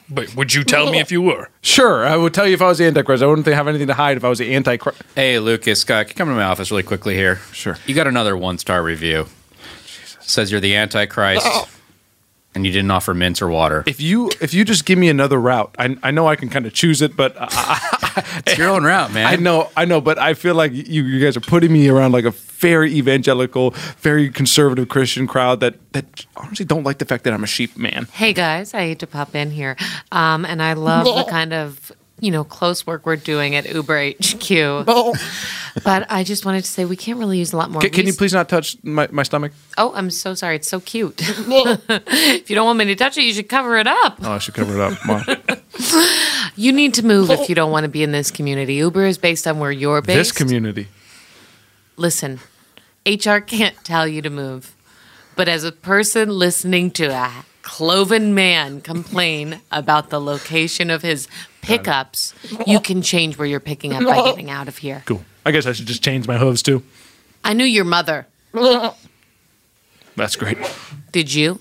D: But would you tell me if you were?
K: Sure, I would tell you if I was the Antichrist. I wouldn't have anything to hide if I was the Antichrist.
A: Hey, Lucas, uh, can you come to my office really quickly here? Sure. You got another one star review. Says you're the Antichrist and you didn't offer mints or water.
K: If you if you just give me another route, I, I know I can kind of choose it, but
A: *laughs* it's your own route, man.
K: I know, I know, but I feel like you, you guys are putting me around like a very evangelical, very conservative Christian crowd that that honestly don't like the fact that I'm a sheep man.
N: Hey guys, I hate to pop in here, um, and I love the kind of
G: you know, close work we're doing at Uber HQ. *laughs* But I just wanted to say we can't really use a lot more.
B: Can, can you
G: resources.
B: please not touch my, my stomach?
G: Oh, I'm so sorry. It's so cute.
N: *laughs*
G: if you don't want me to touch it, you should cover it up.
B: Oh, I should cover it up. Come on.
G: You need to move if you don't want to be in this community. Uber is based on where you're based.
B: this community.
G: Listen, HR can't tell you to move. But as a person listening to a cloven man complain about the location of his pickups, you can change where you're picking up by getting out of here.
K: Cool. I guess I should just change my hooves too.
G: I knew your mother.
K: That's great.
G: Did you?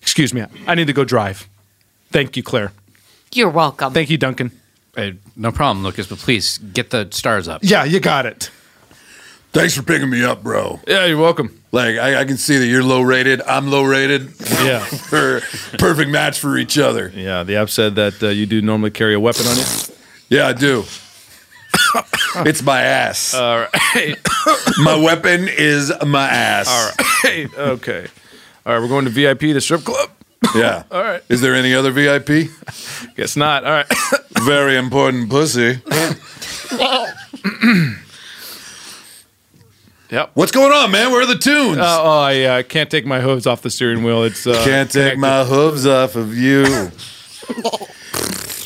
K: Excuse me. I need to go drive. Thank you, Claire.
G: You're welcome.
K: Thank you, Duncan.
A: no problem, Lucas, but please get the stars up.
K: Yeah, you got it.
E: Thanks for picking me up, bro.
K: Yeah, you're welcome.
E: Like I, I can see that you're low rated. I'm low rated. *laughs* Yeah, we're perfect match for each other.
K: Yeah, the app said that uh, you do normally carry a weapon on you.
E: Yeah,
K: *coughs*
E: I do. it's my ass. All right. *coughs* my weapon is my ass.
K: All right. Okay. All right. We're going to VIP, the strip club.
E: Yeah.
K: *laughs* All right.
E: Is there any other VIP?
K: Guess not. All right.
E: Very important pussy.
K: *coughs* Yep.
E: What's going on, man? Where are the tunes?
K: Uh, oh, I uh, can't take my hooves off the steering wheel. It's uh,
E: Can't take
K: connected.
E: my hooves off of you.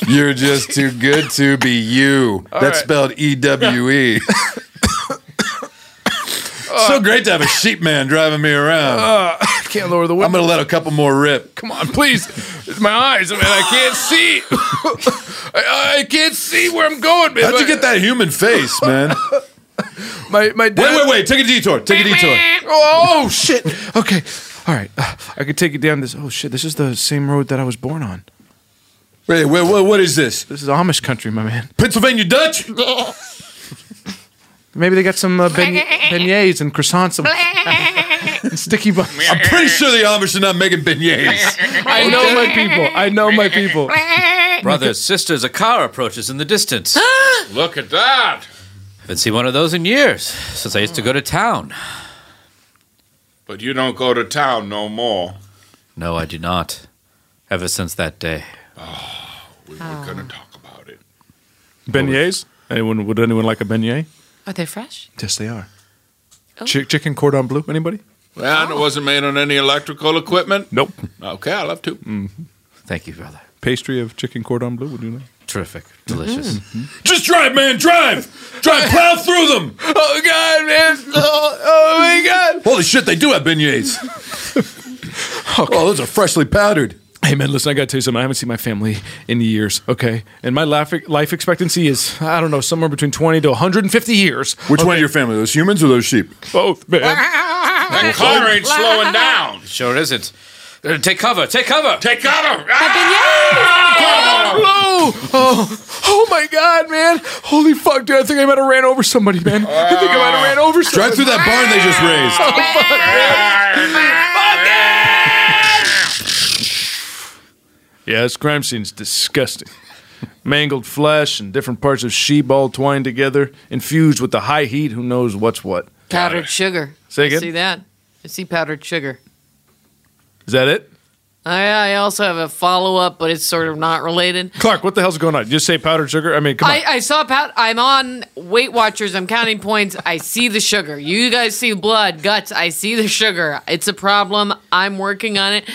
E: You're just too good to be you.
K: All
E: That's
K: right.
E: spelled E
K: *laughs*
E: W E. So great to have a sheep man driving me around.
K: Uh, I can't lower the window.
E: I'm gonna let a couple more rip.
K: Come on, please. It's my eyes, man. I can't see. *laughs* I, I can't see where I'm going, man.
E: How'd you get that human face, man?
K: *laughs* My my dad.
E: Wait, wait, wait. Take a detour. Take a detour.
K: Oh shit. Okay. All right. Uh, I could take you down this. Oh shit. This is the same road that I was born on.
E: Wait, wait, wait, what is this?
K: This is Amish country, my man. *laughs*
E: Pennsylvania Dutch.
K: Maybe they got some uh, beign- beignets and *laughs* croissants and, and sticky buns.
E: I'm pretty sure the Amish are not making beignets.
K: I know my people. I know my people.
A: Brothers, sisters, a car approaches in the distance.
F: Look at that.
A: Haven't seen one of those in years since I used to go to town.
F: But you don't go to town no more.
A: No, I do not. Ever since that day.
F: We were
G: Oh.
F: gonna talk about it.
K: Beignets? Anyone? Would anyone like a beignet?
G: Are they fresh?
K: Yes, they are. Chi- chicken cordon bleu. Anybody?
G: Oh.
F: And it wasn't made on any electrical equipment.
K: Nope. Mm-hmm.
F: Okay, I love to.
A: Thank you, brother.
K: Pastry of chicken cordon bleu. Would you like? Mm.
A: Terrific. Delicious.
E: Just drive, man. Drive. Drive. Plow through them.
K: Oh god, man! Oh, oh my god!
E: Holy shit, they do
K: *laughs*
E: have beignets. Oh, those are freshly powdered.
K: Hey man, listen, I gotta tell you something. I haven't seen my family in years, okay? And my life, life expectancy is, I don't know, somewhere between 20 to 150 years.
E: Which one of your family? Those humans or those sheep?
K: Both, man.
F: That car ain't slowing down.
A: Sure isn't. Uh, take cover. Take cover.
F: Take
K: Um,
F: cover.
K: oh, Ah, oh, oh my god, man. Holy fuck, dude. I think I might have ran over somebody, man. I think I might have ran over somebody. Ah!
E: Drive through that barn they just raised.
K: Oh, Yeah, this crime scene's disgusting. *laughs* Mangled flesh and different parts of sheep all twined together, infused with the high heat, who knows what's what.
G: Powdered sugar.
K: Say again?
G: See that? I see powdered sugar.
K: Is that it?
G: I, I also have a follow up, but it's sort of not related.
K: Clark, what the hell's going on? You Just say powdered sugar? I mean, come on.
G: I, I saw Pat. I'm on Weight Watchers. I'm counting points. I see the sugar. You guys see blood, guts. I see the sugar. It's a problem. I'm working on it.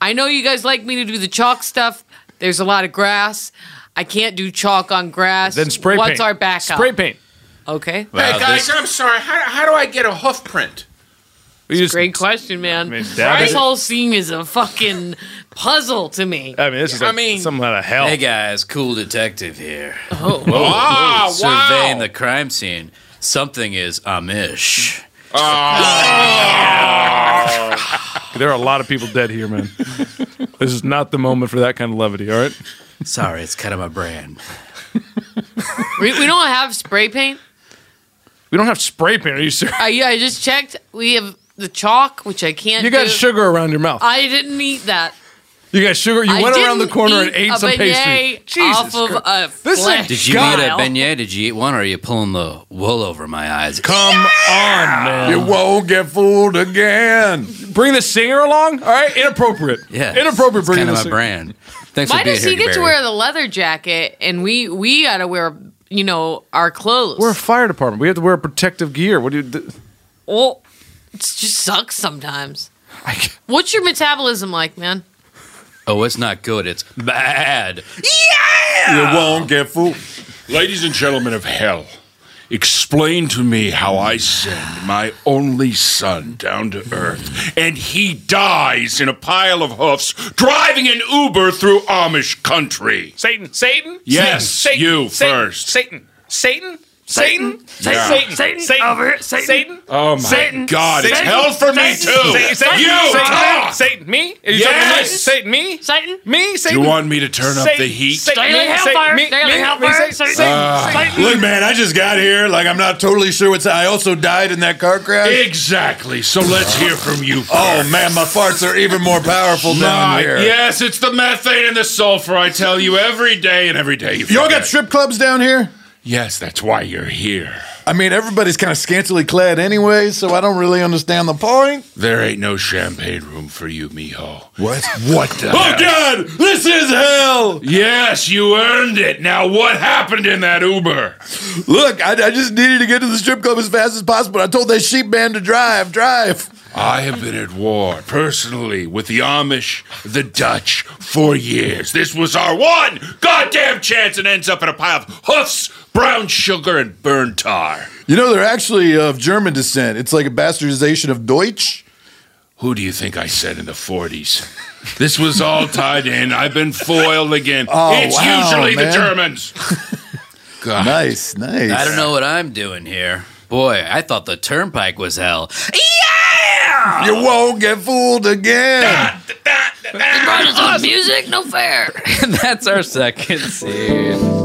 G: I know you guys like me to do the chalk stuff. There's a lot of grass. I can't do chalk on grass.
K: Then spray
G: What's
K: paint.
G: our backup?
K: Spray paint.
G: Okay.
F: Hey guys, I'm sorry. How, how do I get a hoof print?
K: You just-
G: Great question, man.
K: dab
G: this
K: it.
G: whole scene is a fucking puzzle to me.
K: I mean, this is
F: I
K: like
F: mean-
K: something out of hell.
A: Hey guys, cool detective here.
G: Oh.
F: Ah, Wow,
A: Surveying
F: wow.
A: the crime scene. Something is Amish.
F: Ah.
K: There are a lot of people dead
G: *laughs*
K: here, man. this is not the moment for that kind of levity. All right.
A: Sorry, it's kind of my brand.
G: We, we don't have spray paint.
K: We don't have spray paint. Are you serious?
G: *laughs* I, I just checked. We have the chalk, which I can't.
K: You got
G: do.
K: sugar around your mouth.
G: I didn't eat that.
K: You got sugar. You
G: I
K: went around the
G: didn't
K: corner and
G: eat
K: ate
G: a
K: some pastry.
G: beignet off of a
K: This is-
G: flesh
A: Did you eat a
G: dial.
A: beignet? Did you eat one, or are you pulling the wool over my eyes?
K: Um,
E: Come on, man. You won't get fooled again.
K: Bring the singer along. All right. Inappropriate.
A: Yeah,
K: Inappropriate.
A: It's kind
K: Bringing
A: of
K: the
A: my
K: singer.
A: brand. Thanks
G: Why
A: for being
G: does
A: here,
G: he get to
A: Barry.
G: wear the leather jacket and we we gotta wear you know our clothes?
K: We're a fire department. We have to wear protective gear. What do you? Do?
G: Well, it just sucks sometimes. What's your metabolism like, man?
A: Oh, it's not good. It's bad.
F: You won't get fooled. Ladies and gentlemen of hell, explain to me how I send my only son down to earth and he dies in a pile of hoofs driving an Uber through Amish country.
D: Satan, Satan,
F: Yes,
D: Satan,
F: you
D: Satan,
F: first.
D: Satan, Satan, Satan,
F: Satan,
D: Satan,
F: Satan,
D: Satan,
F: over it,
D: Satan,
F: Satan.
D: Satan.
F: Oh my God, it's hell for me too.
D: Satan, Satan,
F: You
D: Satan,
F: talk.
D: Satan, me? Are you talking to me?
F: Yes.
D: Satan, me?
G: Satan,
D: me?
F: Do
D: Satan.
F: you want me to turn up the
D: Satan,
F: heat?
D: Satan, me, Satan, me,
G: Daily
D: me, me,
G: Hellfire,
D: Satan,
G: Satan,
D: Satan,
E: Ah, look, man, I just got here. Like, I'm not totally sure what's. I also died in that car crash.
F: Exactly. So let's hear from you.
E: Oh man, my farts are even more powerful down
F: My-
E: here.
F: Yes, it's the methane and the sulfur. I tell you every day and every day. You
E: Y'all got strip clubs down here?
F: Yes, that's why you're here.
E: I mean, everybody's kind of scantily clad anyway, so I don't really understand the point.
F: There ain't no champagne room for you, mijo.
E: What?
F: What the?
E: Oh, God! This is hell!
F: Yes, you earned it. Now, what happened in that Uber?
E: Look, I, I just needed to get to the strip club as fast as possible. I told that sheep man to drive, drive.
F: I have been at war personally with the Amish, the Dutch, for years. This was our one goddamn chance, and ends up in a pile of hoofs, brown sugar, and burned tar.
E: You know, they're actually of German descent. It's like a bastardization of Deutsch.
F: Who do you think I said in the 40s? This was all tied in. I've been foiled again.
E: Oh,
F: it's
E: wow,
F: usually the
E: man.
F: Germans. God.
E: Nice, nice.
A: I don't know what I'm doing here. Boy, I thought the turnpike was hell.
E: You won't get fooled again.
C: They brought us on music? No fair.
A: *laughs* That's our second scene.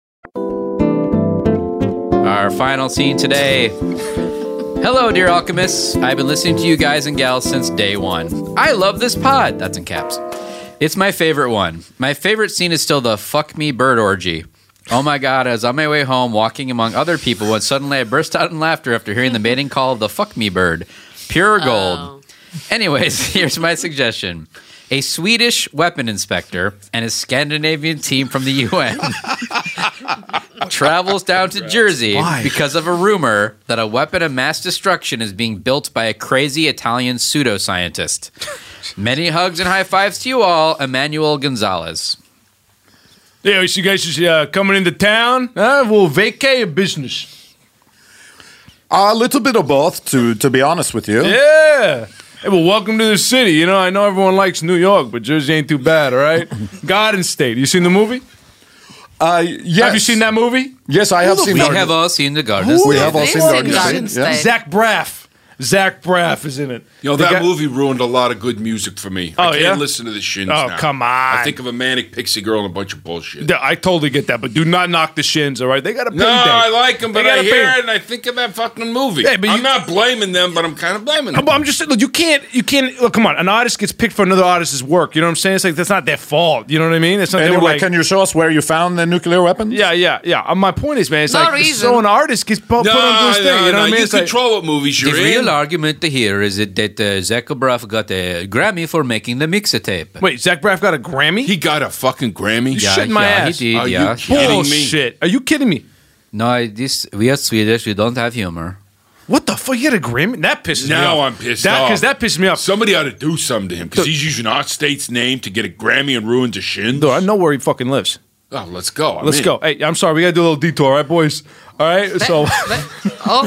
A: Our final scene today. Hello, dear alchemists. I've been listening to you guys and gals since day one. I love this pod. That's in caps. It's my favorite one. My favorite scene is still the fuck me bird orgy. Oh my god, I was on my way home walking among other people when suddenly I burst out in laughter after hearing the mating call of the fuck me bird. Pure gold. Anyways, *laughs* here's my suggestion. A Swedish weapon inspector and his Scandinavian team from the UN travels down to Jersey
O: Why?
A: because of a rumor that a weapon of mass destruction is being built by a crazy Italian pseudoscientist. Many hugs and high fives to you all, Emmanuel Gonzalez.
K: Yeah, so you guys is uh, coming into town. Uh, we'll vacate your business.
E: A little bit of both, to to be honest with you.
K: Yeah. Hey, well, welcome to the city. You know, I know everyone likes New York, but Jersey ain't too bad, all *laughs* right? Garden State. You seen the movie?
E: Uh, yes.
K: Have you seen that movie?
E: Yes,
K: I have seen
A: We
K: Garden-
A: have all seen the Garden.
K: Who
A: State.
K: is this?
B: Zach Braff. Zach Braff is in it.
F: You know,
B: The
F: that
B: guy-
F: movie ruined a lot of good music for me.
K: Oh,
F: I can't
K: yeah?
F: listen to the shins
K: Oh,
F: now.
K: come on.
F: I think of a manic pixie girl and a bunch of bullshit.
K: Yeah, I totally get that, but do not knock the shins, all right? They got a payday.
F: No, I like them,
K: They
F: but
K: got
F: I
K: a
F: hear
K: payday.
F: it and I think of that fucking movie.
K: Yeah, but
F: I'm
K: you-
F: not blaming them, but I'm kind of blaming them.
K: But I'm just saying, look, you can't, you can't, look, come on. An artist gets picked for another artist's work. You know what I'm saying? It's like, that's not their fault. You know what I mean? It's not they
E: Anyway,
K: were like,
E: can you show us where you found the nuclear weapon?
K: Yeah, yeah, yeah. Uh, my point is, man, it's
E: No
K: like,
E: reason.
K: so an artist gets put, put on this thing. You know what I mean? It's like-
F: what movies
K: you're
A: the
K: in.
A: real argument here is that, that uh, Zach Braff got a Grammy for making the mixtape.
K: Wait, Zach Braff got a Grammy?
F: He got a fucking Grammy.
A: You
K: You're shitting my ass.
A: He did,
K: Are you
A: yeah.
K: kidding me? Bullshit. Are you kidding me?
A: No, I- this we are Swedish. We don't have humor.
K: What the fuck? You had a Grammy? That pisses me off.
F: Now I'm pissed
K: that,
F: off.
K: Because that pissed me off.
F: Somebody ought to do something to him because he's using our state's name to get a Grammy and ruins a shin.
K: Dude, I know where he fucking lives.
F: Oh, let's go. I'm
K: Let's
F: in.
K: go. Hey, I'm sorry. We got to do a little detour, all right, boys? All right? So. *laughs* All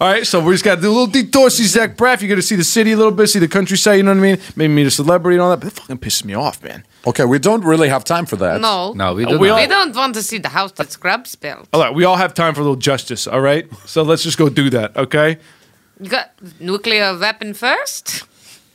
K: right, so we just got to do a little detour. See Zach Braff. You're going to see the city a little bit, see the countryside, you know what I mean? Maybe meet a celebrity and all that. But that fucking pisses me off, man.
E: Okay, we don't really have time for that.
G: No.
K: Uh,
G: We,
K: all-
G: don't want to see the house that Scrubs built.
K: All right, we all have time for a little justice, all right? So let's just go do that, okay?
G: You got nuclear weapon first?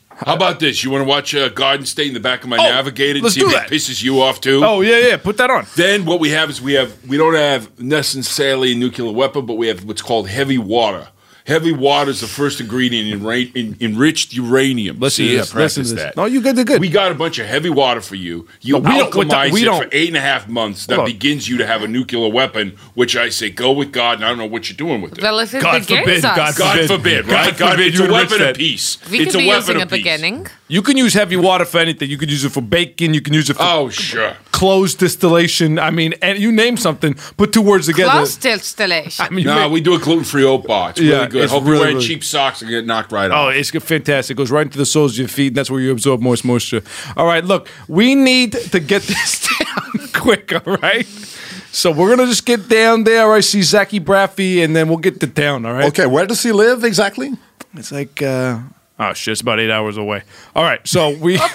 F: How about this? You want to watch uh, Garden State in the back of my Navigator and
K: Oh, let's
F: see if
K: do that.
F: it pisses you off too?
K: Oh, yeah, yeah. Put that on.
F: Then what we have is we have we don't have necessarily a nuclear weapon, but we have what's called heavy water. Heavy water is the first ingredient in, ra- in enriched uranium.
K: Listen to
F: See, I
K: this. Listen
F: practiced
K: to this.
F: that.
K: No, you good, good.
F: We got a bunch of heavy water for you. You
K: No, we don't- what the-
F: alchemize
K: we
F: it
K: don't-
F: for eight and a half months. That
K: Hold on.
F: begins you to have a nuclear weapon, which I say go with God. And I don't know what you're doing with it.
G: Well, if it God begins forbid, us- God
F: God
G: forbid.
F: forbid,
K: God
F: right? God,
K: forbid
F: it's
K: you
F: a
K: enrich
F: weapon
K: that.
F: of peace.
G: We
F: it's
G: could
F: a
G: be
F: weapon
G: using a
F: of peace.
G: beginning.
K: You can use heavy water for anything. You can use it for baking. You can use it for
F: oh sure
K: closed distillation. I mean, and you name something. Put two words together.
G: Close distillation.
K: I mean, you
F: no,
K: make-
F: we do a gluten free oat bar. It's
K: Yeah,
F: really good.
K: it's
F: Hope
K: really,
F: you're wearing
K: really-
F: cheap socks and get knocked right
K: Oh,
F: off.
K: it's fantastic. It goes right into the soles of your feet. And that's where you absorb most moisture. All right, look, we need to get *laughs* this down *laughs* quick. All right, so we're gonna just get down there. All right, see Zachy Braffy, and then we'll get to town. All right.
E: Okay, where does he live exactly?
K: It's like, uh, oh shit, it's about eight hours away. All right, so we.
E: *laughs*
K: *laughs*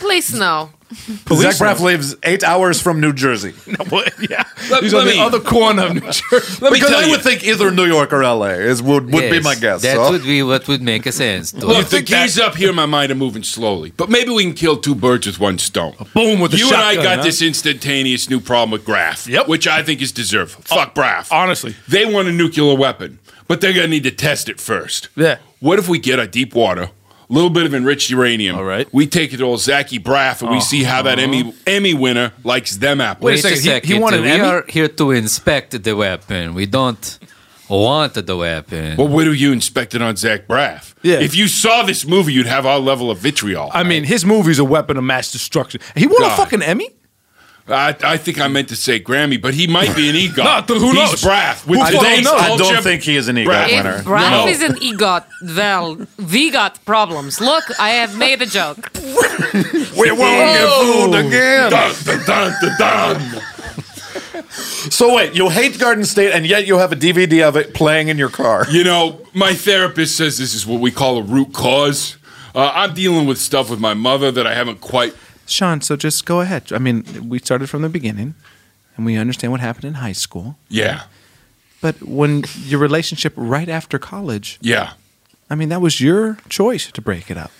G: Oh, please no.
E: Zach Braff lives eight hours from New
K: *laughs*
E: Jersey.
K: yeah.
E: Let-
K: He's
E: let
K: on the
E: me-
K: other corner of New Jersey.
E: *laughs* Let me Because tell I you- would think either New York or LA is would, would be
A: Yes,
E: my guess.
A: That
E: so.
A: would be what would make a sense. to
F: Look,
A: us.
F: the geese up here in my mind are moving slowly, but maybe we can kill two birds with one stone.
K: boom with a
F: you and I
K: shotgun,
F: got
K: huh?
F: this instantaneous new problem with Graf, yep. which I think is deserved. Fuck Graf.
K: Uh, Honestly,
F: they want a nuclear weapon, but they're gonna need to test it first.
K: Yeah.
F: What if we get a deep water? A little bit of enriched uranium. All right. We take it to old Zachy Braff
K: Oh,
F: and we see how that
K: uh-huh.
F: Emmy Emmy winner likes them apples.
A: Wait, a second. we are here to inspect the weapon. We don't want the weapon.
F: Well, what do you inspect it on Zach Braff?
K: Yeah.
F: If you saw this movie, you'd have our level of vitriol.
K: I mean, his movie's a weapon of mass destruction. He won a
F: God.
K: fucking Emmy.
F: I, I think I meant to say Grammy, but he
E: *laughs*
F: might be an EGOT.
E: No, who knows?
F: He's Brath.
E: I don't
F: today's
E: know. I don't
F: culture-
E: think he is an EGOT
F: Brath.
E: winner.
N: If Brad is an EGOT, well, we got problems. Look, I have made a joke.
E: We won't get fooled again. So wait, you hate Garden State, and yet you have a DVD of it playing in your car.
F: You know, Oh, my therapist says this is what we call a root cause. Uh, I'm dealing with stuff with my mother that I haven't quite.
K: Sean, so just go ahead. I mean, we started from the beginning and we understand what happened in high school.
F: Yeah,
K: But when your relationship right after college,
F: yeah.
K: I mean, that was your choice to break it up.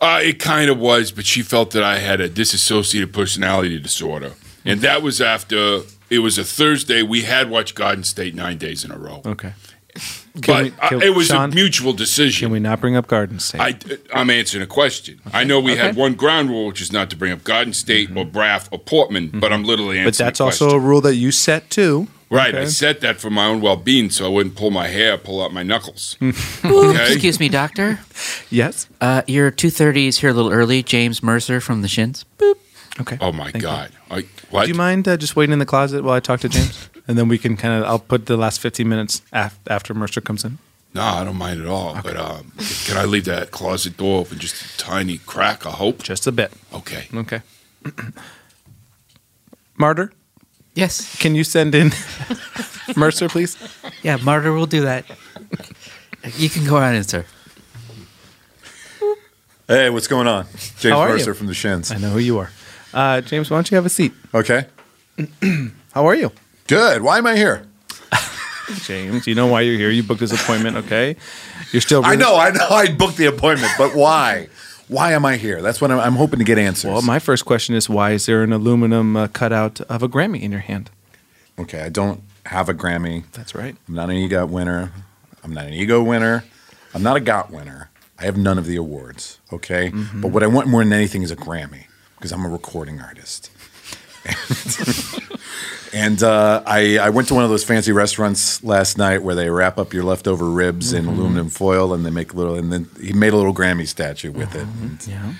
F: Uh, it kind of was, but she felt that I had a dissociative personality disorder. And that was after it was a Thursday. We had watched Garden State nine days in a row.
K: Okay.
F: but
K: we-
F: uh,
K: can-
F: it was
K: Sean?
F: a mutual decision.
K: Can we not bring up Garden State?
F: I, I'm answering a question. I know we had
K: Okay. Mm-hmm.
F: one ground rule, which is not to bring up Garden State or Braff or Portman, but I'm literally answering
K: but that's
F: a question.
K: also a rule that you set too.
F: Right, I
K: Okay.
F: said that for my own well-being, so I wouldn't pull my hair, pull out
K: *laughs*
F: my knuckles.
A: Excuse me, doctor.
K: Yes.
A: Uh, your two thirty is here a little early. James Mercer from the Shins.
K: Okay.
F: Oh my God. I,
K: Do you mind uh, just waiting in the closet while I talk to
F: *laughs*
K: James? and then we can kind of, I'll put the last 15 minutes af- after Mercer comes in.
F: No, I don't mind at all. But um, can I leave that closet door open just a tiny crack? I hope.
K: Just a bit.
F: Okay.
K: Okay. *clears throat* Martyr?
A: Yes.
K: Can you send in Mercer, please?
A: Yeah, Martyr will do that. You can go on in, sir.
E: Hey, what's going on? James
K: How are
E: Mercer
K: you?
E: from the Shins.
K: I know who you are. Uh, James, why don't you have a seat?
E: Okay.
K: *clears throat* How are you?
E: Good. Why am I here?
K: *laughs* James, you know why you're here. You booked this appointment, okay? You're still.
E: I know, I know. I booked the appointment, but why? Why am I here? That's what I'm, I'm hoping to get answers.
K: Well, my first question is why is there an aluminum uh, cutout of a Grammy in your hand?
E: Okay, I don't have a Grammy.
K: That's right.
E: I'm not an EGOT winner. I'm not an ego winner. I'm not a GOT winner. I have none of the awards. Okay,
K: Mm-hmm.
E: but what I want more than anything is a Grammy because I'm a recording artist. *laughs* And uh, I, I went to one of those fancy restaurants last night where they wrap up your leftover ribs in
K: Mm-hmm.
E: aluminum foil and they make little, and then he made a little Grammy statue
K: Oh.
E: with
K: Mm-hmm.
E: it. And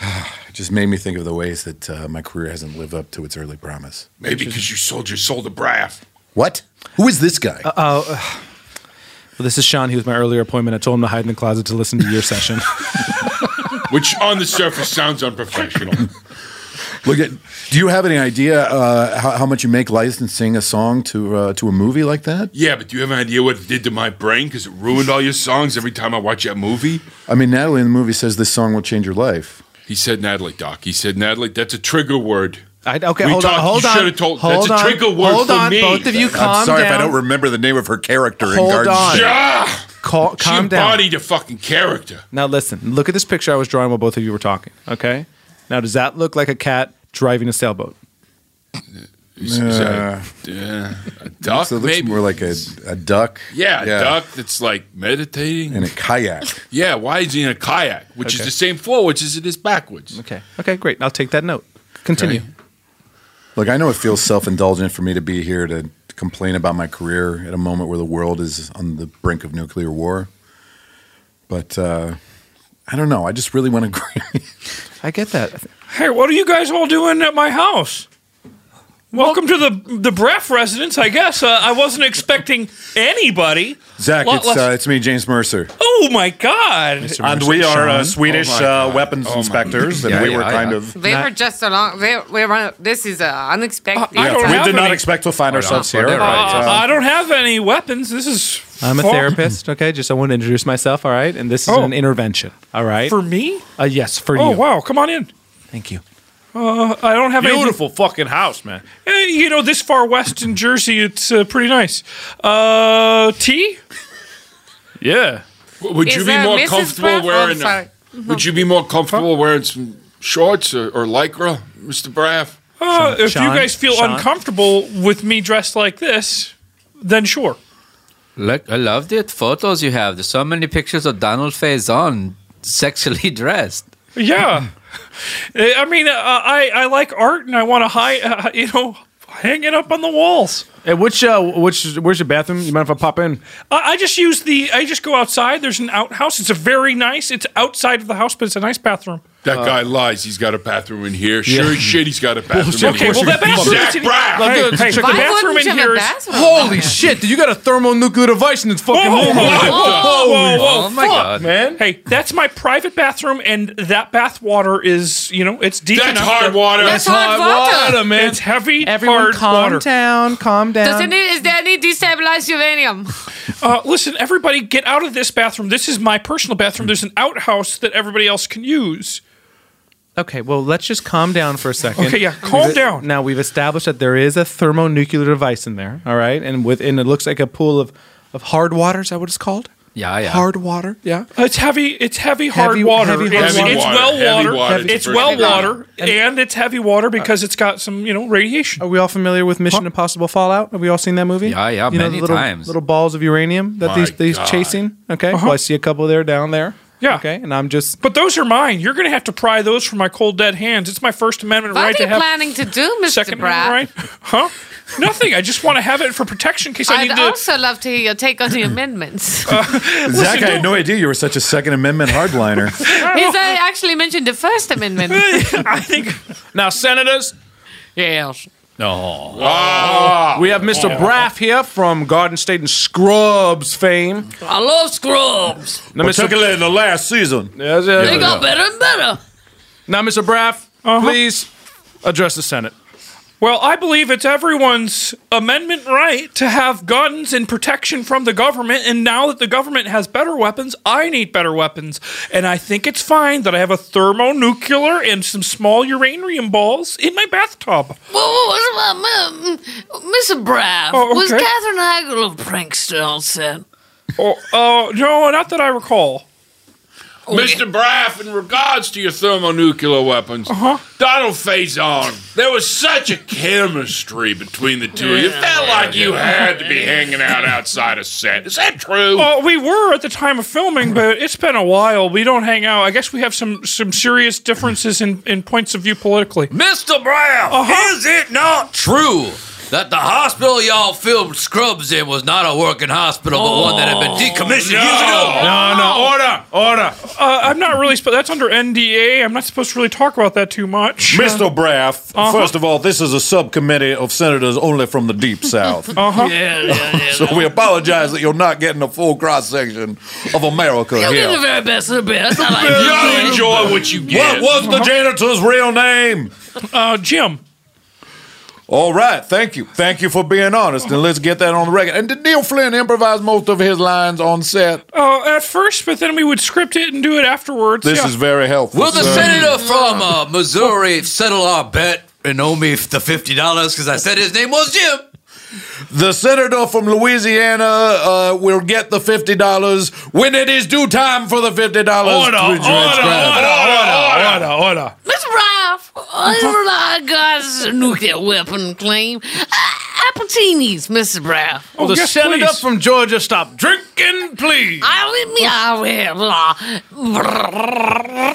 A: Yeah.
E: it just made me think of the ways that uh, my career hasn't lived up to its early promise.
F: Maybe because you sold your soul to Braff.
E: What? Who is this guy?
K: Uh, uh, well, this is Sean. He was my earlier appointment. I told him to hide in the closet to listen to your session.
F: *laughs* Which on the surface sounds unprofessional.
K: *laughs*
E: Look at. Do you have any idea uh, how, how much you make licensing a song to uh, to a movie like that?
F: yeah, but do you have an idea what it did to my brain? Because it ruined all your songs every time I watch that movie.
E: I mean, Natalie in the movie says this song will change your life.
F: He said Natalie, Doc. He said Natalie. That's a trigger word.
K: I, okay,
F: we
K: hold on,
F: talked-
K: hold
F: you
K: on,
F: should have told.
K: hold
F: that's
K: on,
F: a trigger
K: *laughs*
F: word
K: hold
F: for
K: on,
F: me.
K: both of you I'm calm sorry if I down. don't
E: remember the name of her character
K: Hold on.
F: Yeah!
K: Cal-
F: She
K: calm down.
F: embodied a fucking character.
K: Now listen, look at this picture I was drawing while both of you were talking. Okay. Now does that look like a cat driving a sailboat?
F: Is, is that a- uh, a duck?
E: *laughs* So it looks
F: maybe?
E: more like a, a duck.
F: Yeah, a duck that's like meditating.
E: And a kayak.
F: Yeah, why is he in a kayak? Which is
K: Okay.
F: the same forwards as it is backwards.
K: Okay. Okay, great. I'll take that note. Continue.
E: Look, I know it feels self indulgent for me to be here to complain about my career at a moment where the world is on the brink of nuclear war. But uh, I don't know. I just really *laughs* want to.
K: I get that.
D: Hey, what are you guys all doing at my house? Welcome to the the Breff residence, I guess. Uh, I wasn't expecting anybody.
E: Zach,
D: Lot
E: it's,
D: less-
E: uh, it's me, James Mercer.
D: oh my God!
E: And we are uh, Swedish
F: Oh
E: uh, weapons inspectors, and
D: Yeah,
E: we
D: yeah,
E: were
D: yeah.
E: kind of.
N: They were just along. They, we were, this is uh, unexpected.
G: Oh,
E: Yeah, we did not expect to find ourselves here.
D: Uh,
E: but, uh,
D: I don't have any weapons. This is.
K: I'm a
D: for-
K: therapist, okay? Just I want to introduce myself, all right? And this is
D: Oh.
K: an intervention, all right?
D: For me?
K: Uh, yes, for
D: oh
K: you.
D: wow! Come on in.
K: Thank you.
D: Uh, I don't have any
P: Beautiful fucking house, man.
D: Uh, you know, this far west in Jersey, it's uh, pretty nice. Uh, tea?
P: Yeah.
F: Would
D: Is
F: you be
D: that
F: more
D: Mrs. Braff?
F: comfortable
D: Oh,
F: wearing?
D: sorry.
F: Would you be more comfortable wearing some shorts or, or lycra, Mister Braff?
D: Uh, if
F: Sean,
D: you guys feel
F: Sean?
D: uncomfortable with me dressed like this, then sure.
Q: Look, I loved it. Photos you have. There's so many pictures of Donald Faison
A: *laughs*
Q: sexually dressed.
D: Yeah. *laughs* Uh, I mean, uh, I, I like art and I want to hide, uh, you know, hang it up on the walls.
P: Hey, which uh, which where's your bathroom? You mind if I pop in?
D: I, I just use the, I just go outside. There's an outhouse. It's a very nice, it's outside of the house, but it's a nice bathroom.
F: That
K: Uh,
F: guy lies. He's got a bathroom in here. Sure
K: Yeah.
F: as shit, he's got a
K: Well,
F: bathroom.
K: of
F: in here.
K: course you can.
F: Zach Brown.
K: Hey, hey,
F: Check the bathroom.
D: wouldn't in you have here a is- bathroom?
K: Holy shit! You got a thermonuclear device in this fucking
D: Whoa,
K: room.
D: whoa, Oh whoa, whoa, whoa,
K: Oh my
D: fuck,
K: god, man!
D: Hey, that's my private bathroom, and that bath water is, you know, it's deep
F: That's
D: enough.
F: hard water.
J: That's hard water.
D: man. It's heavy, hard
J: calm
D: water.
J: down, calm down.
G: Does it need, is there any destabilized uranium?
D: Uh, listen, everybody, get out of this bathroom. This is my personal bathroom. There's an outhouse that everybody else can use.
H: Okay, well, let's just calm down for a second.
D: Okay, yeah, calm
H: We've- e-
D: down.
H: Now we've established that there is a thermonuclear device in there. All right, and within it looks like a pool of, of hard water. Is that what it's called?
A: Yeah, yeah.
H: Hard water. Yeah.
D: It's heavy. It's heavy, hard
H: Heavy-
D: water.
H: heavy, hard
D: it's,
H: water.
D: it's
H: Heavy
D: well
H: water. Heavy
D: water.
H: water.
D: It's Uh,
H: Heavy
D: well
H: water.
D: water, and it's heavy water because it's got some, you know, radiation.
H: Are we all familiar with Mission Impossible Fallout? Have we all seen that movie?
A: Yeah, yeah,
H: You know, the
A: many
H: little,
A: times.
H: Little balls of uranium that
A: My
H: these these
A: God. Uh-huh.
H: chasing. Okay, well, I see a couple there down there.
D: Yeah.
H: Okay, and I'm just.
D: But those are mine. You're going to have to pry those from my cold dead hands. It's my First Amendment
G: What
D: right
G: are
D: to
G: you
D: have.
G: planning to do, Mr.
D: Second
G: Bratt?
D: Amendment right? Huh? Nothing. I just want to have it for protection in case I
G: I'd
D: need to.
G: also love to hear your take on the
D: *laughs*
G: amendments.
C: Oh,
E: Zach, I had no idea you were such a Second Amendment hardliner.
G: Is I uh, actually mentioned the First Amendment?
K: *laughs*
D: I think
K: Now, senators.
G: Yes.
K: No.
F: Wow.
K: We have Mr.
G: Yeah.
K: Braff here from Garden State and Scrubs fame.
C: I love Scrubs.
K: Particularly in the last season. Yes, yes,
C: They
K: yes.
C: got better and better.
K: Now, Mr. Braff,
A: Uh-huh.
K: please address the Senate.
D: Well, I believe it's everyone's amendment right to have guns and protection from the government. And now that the government has better weapons, I need better weapons. And I think it's fine that I have a thermonuclear and some small uranium balls in my bathtub.
C: Well, what about me? Mr. Braff?
D: Oh,
C: Was
D: okay.
C: Catherine Hagel a prankster on set?
D: Oh, uh, no, not that I recall.
F: Mr. Braff, in regards to your thermonuclear weapons,
K: Uh-huh.
F: Donald Faison, there was such a chemistry between the two of you. It felt like you had to be hanging out outside a set. Is that true?
D: Uh, we were at the time of filming, but it's been a while. We don't hang out. I guess we have some some serious differences in, in points of view politically. Uh-huh.
R: Mr. Brown, is it not true that the hospital y'all filmed Scrubs in was not a working hospital, but one that had
K: Oh,
R: been decommissioned years ago?
D: order, order. Uh, I'm not really. Sp- that's under NDA. I'm not supposed to really talk about that too much.
E: Mr. *laughs* Braff,
D: Uh-huh.
E: first of all, this is a subcommittee of senators only from the deep south.
D: Uh-huh.
C: Yeah, *laughs* yeah, yeah.
E: so we apologize that you're not getting a full cross section of America
C: You'll
E: here.
C: get the very best of the best.
R: *laughs*
C: I like
E: Y'all
C: you.
E: enjoy what you get. What was the janitor's real name?
D: Uh, Jim.
E: All right, thank you. Thank you for being honest, and let's get that on the record. And did Neil Flynn improvise most of his lines on set?
D: Uh, at first, but then we would script it and do it afterwards.
E: This
D: yeah.
E: is very helpful.
R: Will the
E: sir.
R: senator
D: *laughs*
R: from uh, Missouri settle our bet and owe me the $50 because I said his name was Jim?
E: The senator from Louisiana uh, will get the fifty dollars when it is due time for the fifty dollars.
I: Order, order, order,
E: order, order, order.
C: Mr. Braff, I don't know guys a nuclear weapon claim. Uh, Appletini's, Mr. Braff.
G: Oh,
E: Oh,
K: Will Oh, the senator from Georgia stop drinking, please?
C: I will me, I will. Blah.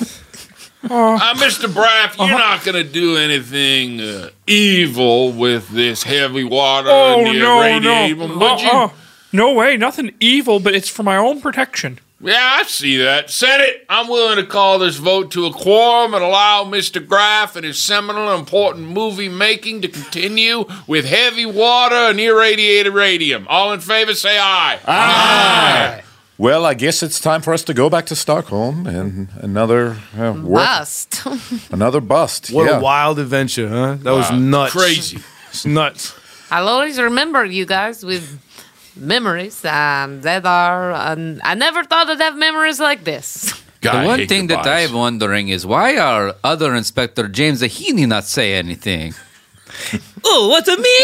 F: Uh, Mr. Braff,
K: Uh-huh.
F: you're not going to do anything uh, evil with this heavy water
D: Oh
F: and the
D: no
F: irradium,
D: no
F: would you?
D: Uh-uh. no way nothing evil, but it's for my own protection.
G: Oh,
F: Yeah, I see that. Senate, I'm willing to call this vote to a quorum and allow Mr. Graff and his seminal and important movie making to continue with heavy water and irradiated radium. All in favor, say aye. Aye.
E: Well, I guess it's time for us to go back to Stockholm and another uh, work,
G: Bust.
E: another bust.
K: What
E: yeah.
K: a wild adventure, huh? That was
E: Wow.
K: nuts.
E: Crazy.
K: It's *laughs* nuts.
G: I'll always remember you guys with memories um, that are. Um, I never thought I'd have memories like this. *laughs*
A: the one thing that I'm wondering is why are other Inspector James that he need not say anything?
I: Oh, what a me?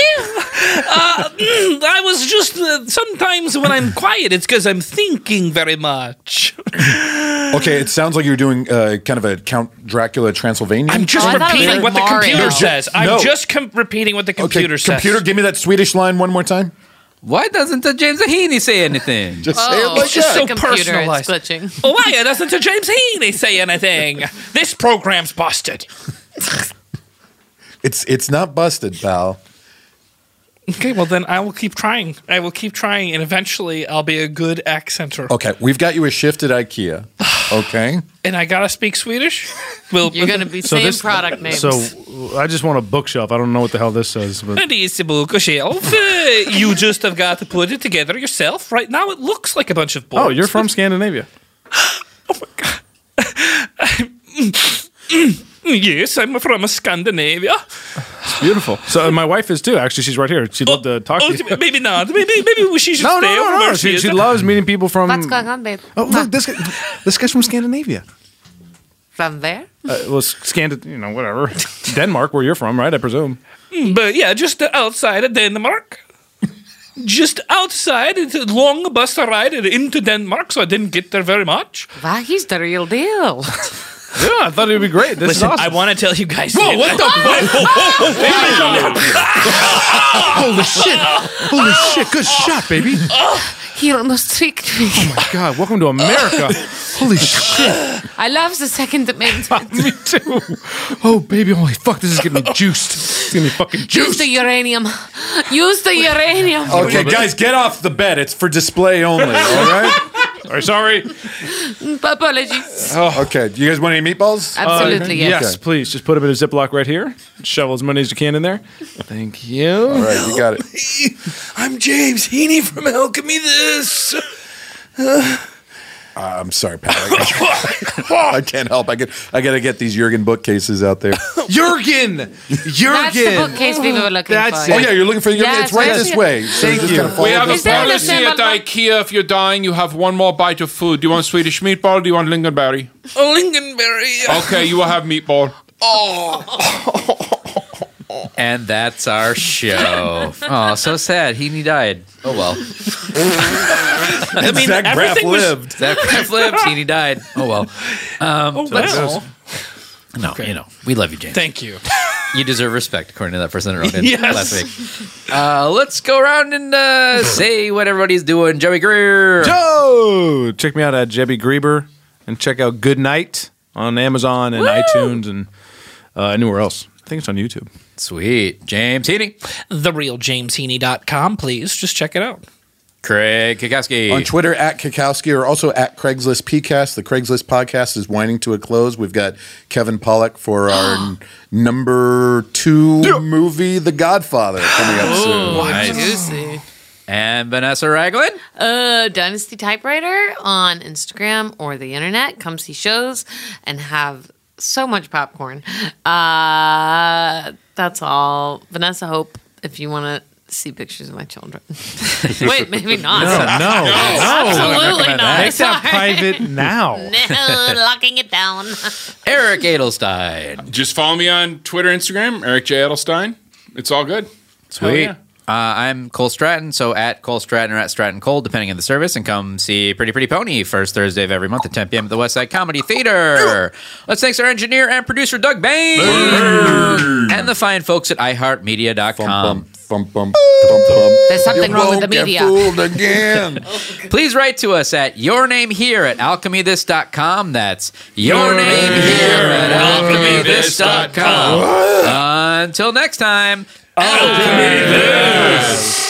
I: Uh, mm, I was just uh, sometimes when I'm quiet, it's because I'm thinking very much.
E: Okay, it sounds like you're doing uh, kind of a Count Dracula Transylvania.
I: I'm
D: Oh,
I: just repeating what the computer says. I'm
E: No.
I: just com- repeating what the computer says.
E: Computer, give me that Swedish line one more time.
A: Why doesn't the James Heaney say anything?
E: Just
I: Oh, it's just so personalized. Oh, why doesn't the James Heaney say anything? this program's busted.
E: It's it's not busted, pal.
D: Okay, well then I will keep trying. I will keep trying, and eventually I'll be a good accenter.
E: Okay, we've got you a shift at IKEA. Okay.
D: And I gotta speak Swedish. Well,
G: You're gonna be same product names.
K: So I just want a bookshelf. I don't know what the hell this says, but
D: It is a bookshelf. Uh, you just have got to put it together yourself. Right now, it looks like a bunch of books.
K: oh, you're from Scandinavia.
D: yes, I'm from Scandinavia.
K: It's beautiful. So and my wife is too. Actually, she's right here. She'd love to talk
D: Oh,
K: to you.
D: *laughs* maybe not. Maybe maybe we should
K: No, no,
D: stay over
K: no, no.
D: where
K: She,
D: is.
K: she loves meeting people from.
G: What's going on, babe?
K: Oh, look, this guy, this guy's from Scandinavia.
G: From there?
K: Uh, well, Scandi, you know, whatever. Denmark, where you're from, right? I presume.
D: Mm, But yeah, just outside of Denmark. *laughs* Just outside, it's a long bus ride into Denmark, so I didn't get there very much.
G: Wow, he's the real
D: *laughs*
G: deal.
K: Yeah, I thought it would be great. This
D: Listen,
K: is awesome.
D: I want to tell you guys.
K: Whoa, what
D: *laughs*
K: the-
D: Whoa, whoa, whoa, whoa,
J: Holy shit! Holy shit! Good shot, baby.
G: he almost tricked me.
K: Oh my god! Welcome to America. Holy shit!
G: *laughs* I love the second amendment.
K: *laughs* me too. Oh baby, holy fuck! This is getting
E: *laughs*
K: me juiced. It's getting me fucking
G: Use
K: juiced.
G: the uranium. Use the uranium.
E: Okay, guys, get off the bed. It's for display only. All right.
K: Sorry, sorry.
G: Apologies.
E: Oh, okay. Do you guys want any meatballs?
G: Absolutely,
K: Uh,
G: yes.
K: Yes, please. Just put a bit of Ziploc right here. Shovel as many as you can in there. Thank you. All
E: right, you got it.
I: I'm James Heaney from Alchemy This. Uh,
E: Uh, I'm sorry, Pat. I can't *laughs* help. I get. I gotta get these Jurgen bookcases out there.
J: Jurgen. Jurgen.
G: That's the bookcase we were looking
J: That's
G: for.
E: Oh, yeah, you're looking for the Jurgen. It's right
G: where's
E: this
G: the-
E: way. So you just gotta follow
S: We have
E: the
S: a
E: path.
S: policy at IKEA. If you're dying, you have one more bite of food. Do you want Swedish meatball? Or do you want lingonberry?
I: Lingonberry.
S: Okay, you will have meatball.
I: Oh.
A: And that's our show. oh, so sad. He, he died. Oh
D: *laughs*
A: well. I
E: mean, Zach Braff everything was- lived.
A: Zach Braff lived. He, he died. Oh well. Um,
D: Oh,
A: so that's-
D: well.
A: No, you know, we love you, James.
D: Thank you.
A: *laughs* You deserve respect, according to that person that wrote in
D: *laughs* Yes.
A: last week. Uh, let's go around and
K: *laughs*
A: uh, say what everybody's doing. Joey Greer.
K: Joe, check me out at Jebby Grieber and check out Good Night on Amazon and iTunes and uh, anywhere else. I think it's on YouTube.
A: Sweet. James Heaney.
D: TheRealJamesHeaney.com, please. Just check it out.
A: Craig Kikowski.
E: On Twitter at Kakowski or also at Craigslist PCast. The Craigslist podcast is winding to a close. We've got Kevin Pollock for our n- number two movie, The Godfather, coming up
A: Oh,
E: soon.
D: Oh,
G: Juicy.
A: And Vanessa Ragland.
G: Uh, Dynasty Typewriter on Instagram or the internet. Come see shows and have so much popcorn. Uh, that's all. Vanessa Hope, if you want to see pictures of my children. *laughs* Wait, maybe not. *laughs*
K: No, no, no.
G: Absolutely not.
K: Make
G: Sorry.
K: that private now.
G: No, *laughs* locking it
A: *laughs*
G: down.
A: Eric Adelstein.
S: Just follow me on Twitter, Instagram, Eric J. Adelstein. It's all good. Hell
A: Sweet.
S: yeah.
A: Uh, I'm Cole Stratton, so at Cole Stratton or at Stratton Cole, depending on the service, and come see Pretty Pretty Pony first Thursday of every month at 10 p.m. at the West Side Comedy Theater. Let's thanks our engineer and producer Doug Bain and the fine folks at iHeartMedia.com.
G: There's something
E: You
G: wrong with the
E: won't get
G: media.
A: *laughs*
E: fooled again.
A: Oh, Please wite to us at your name here at alchemythis.com. That's your, name here at alchemythis.com. Until next time, Alchemy This.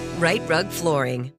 T: Right Rug Flooring.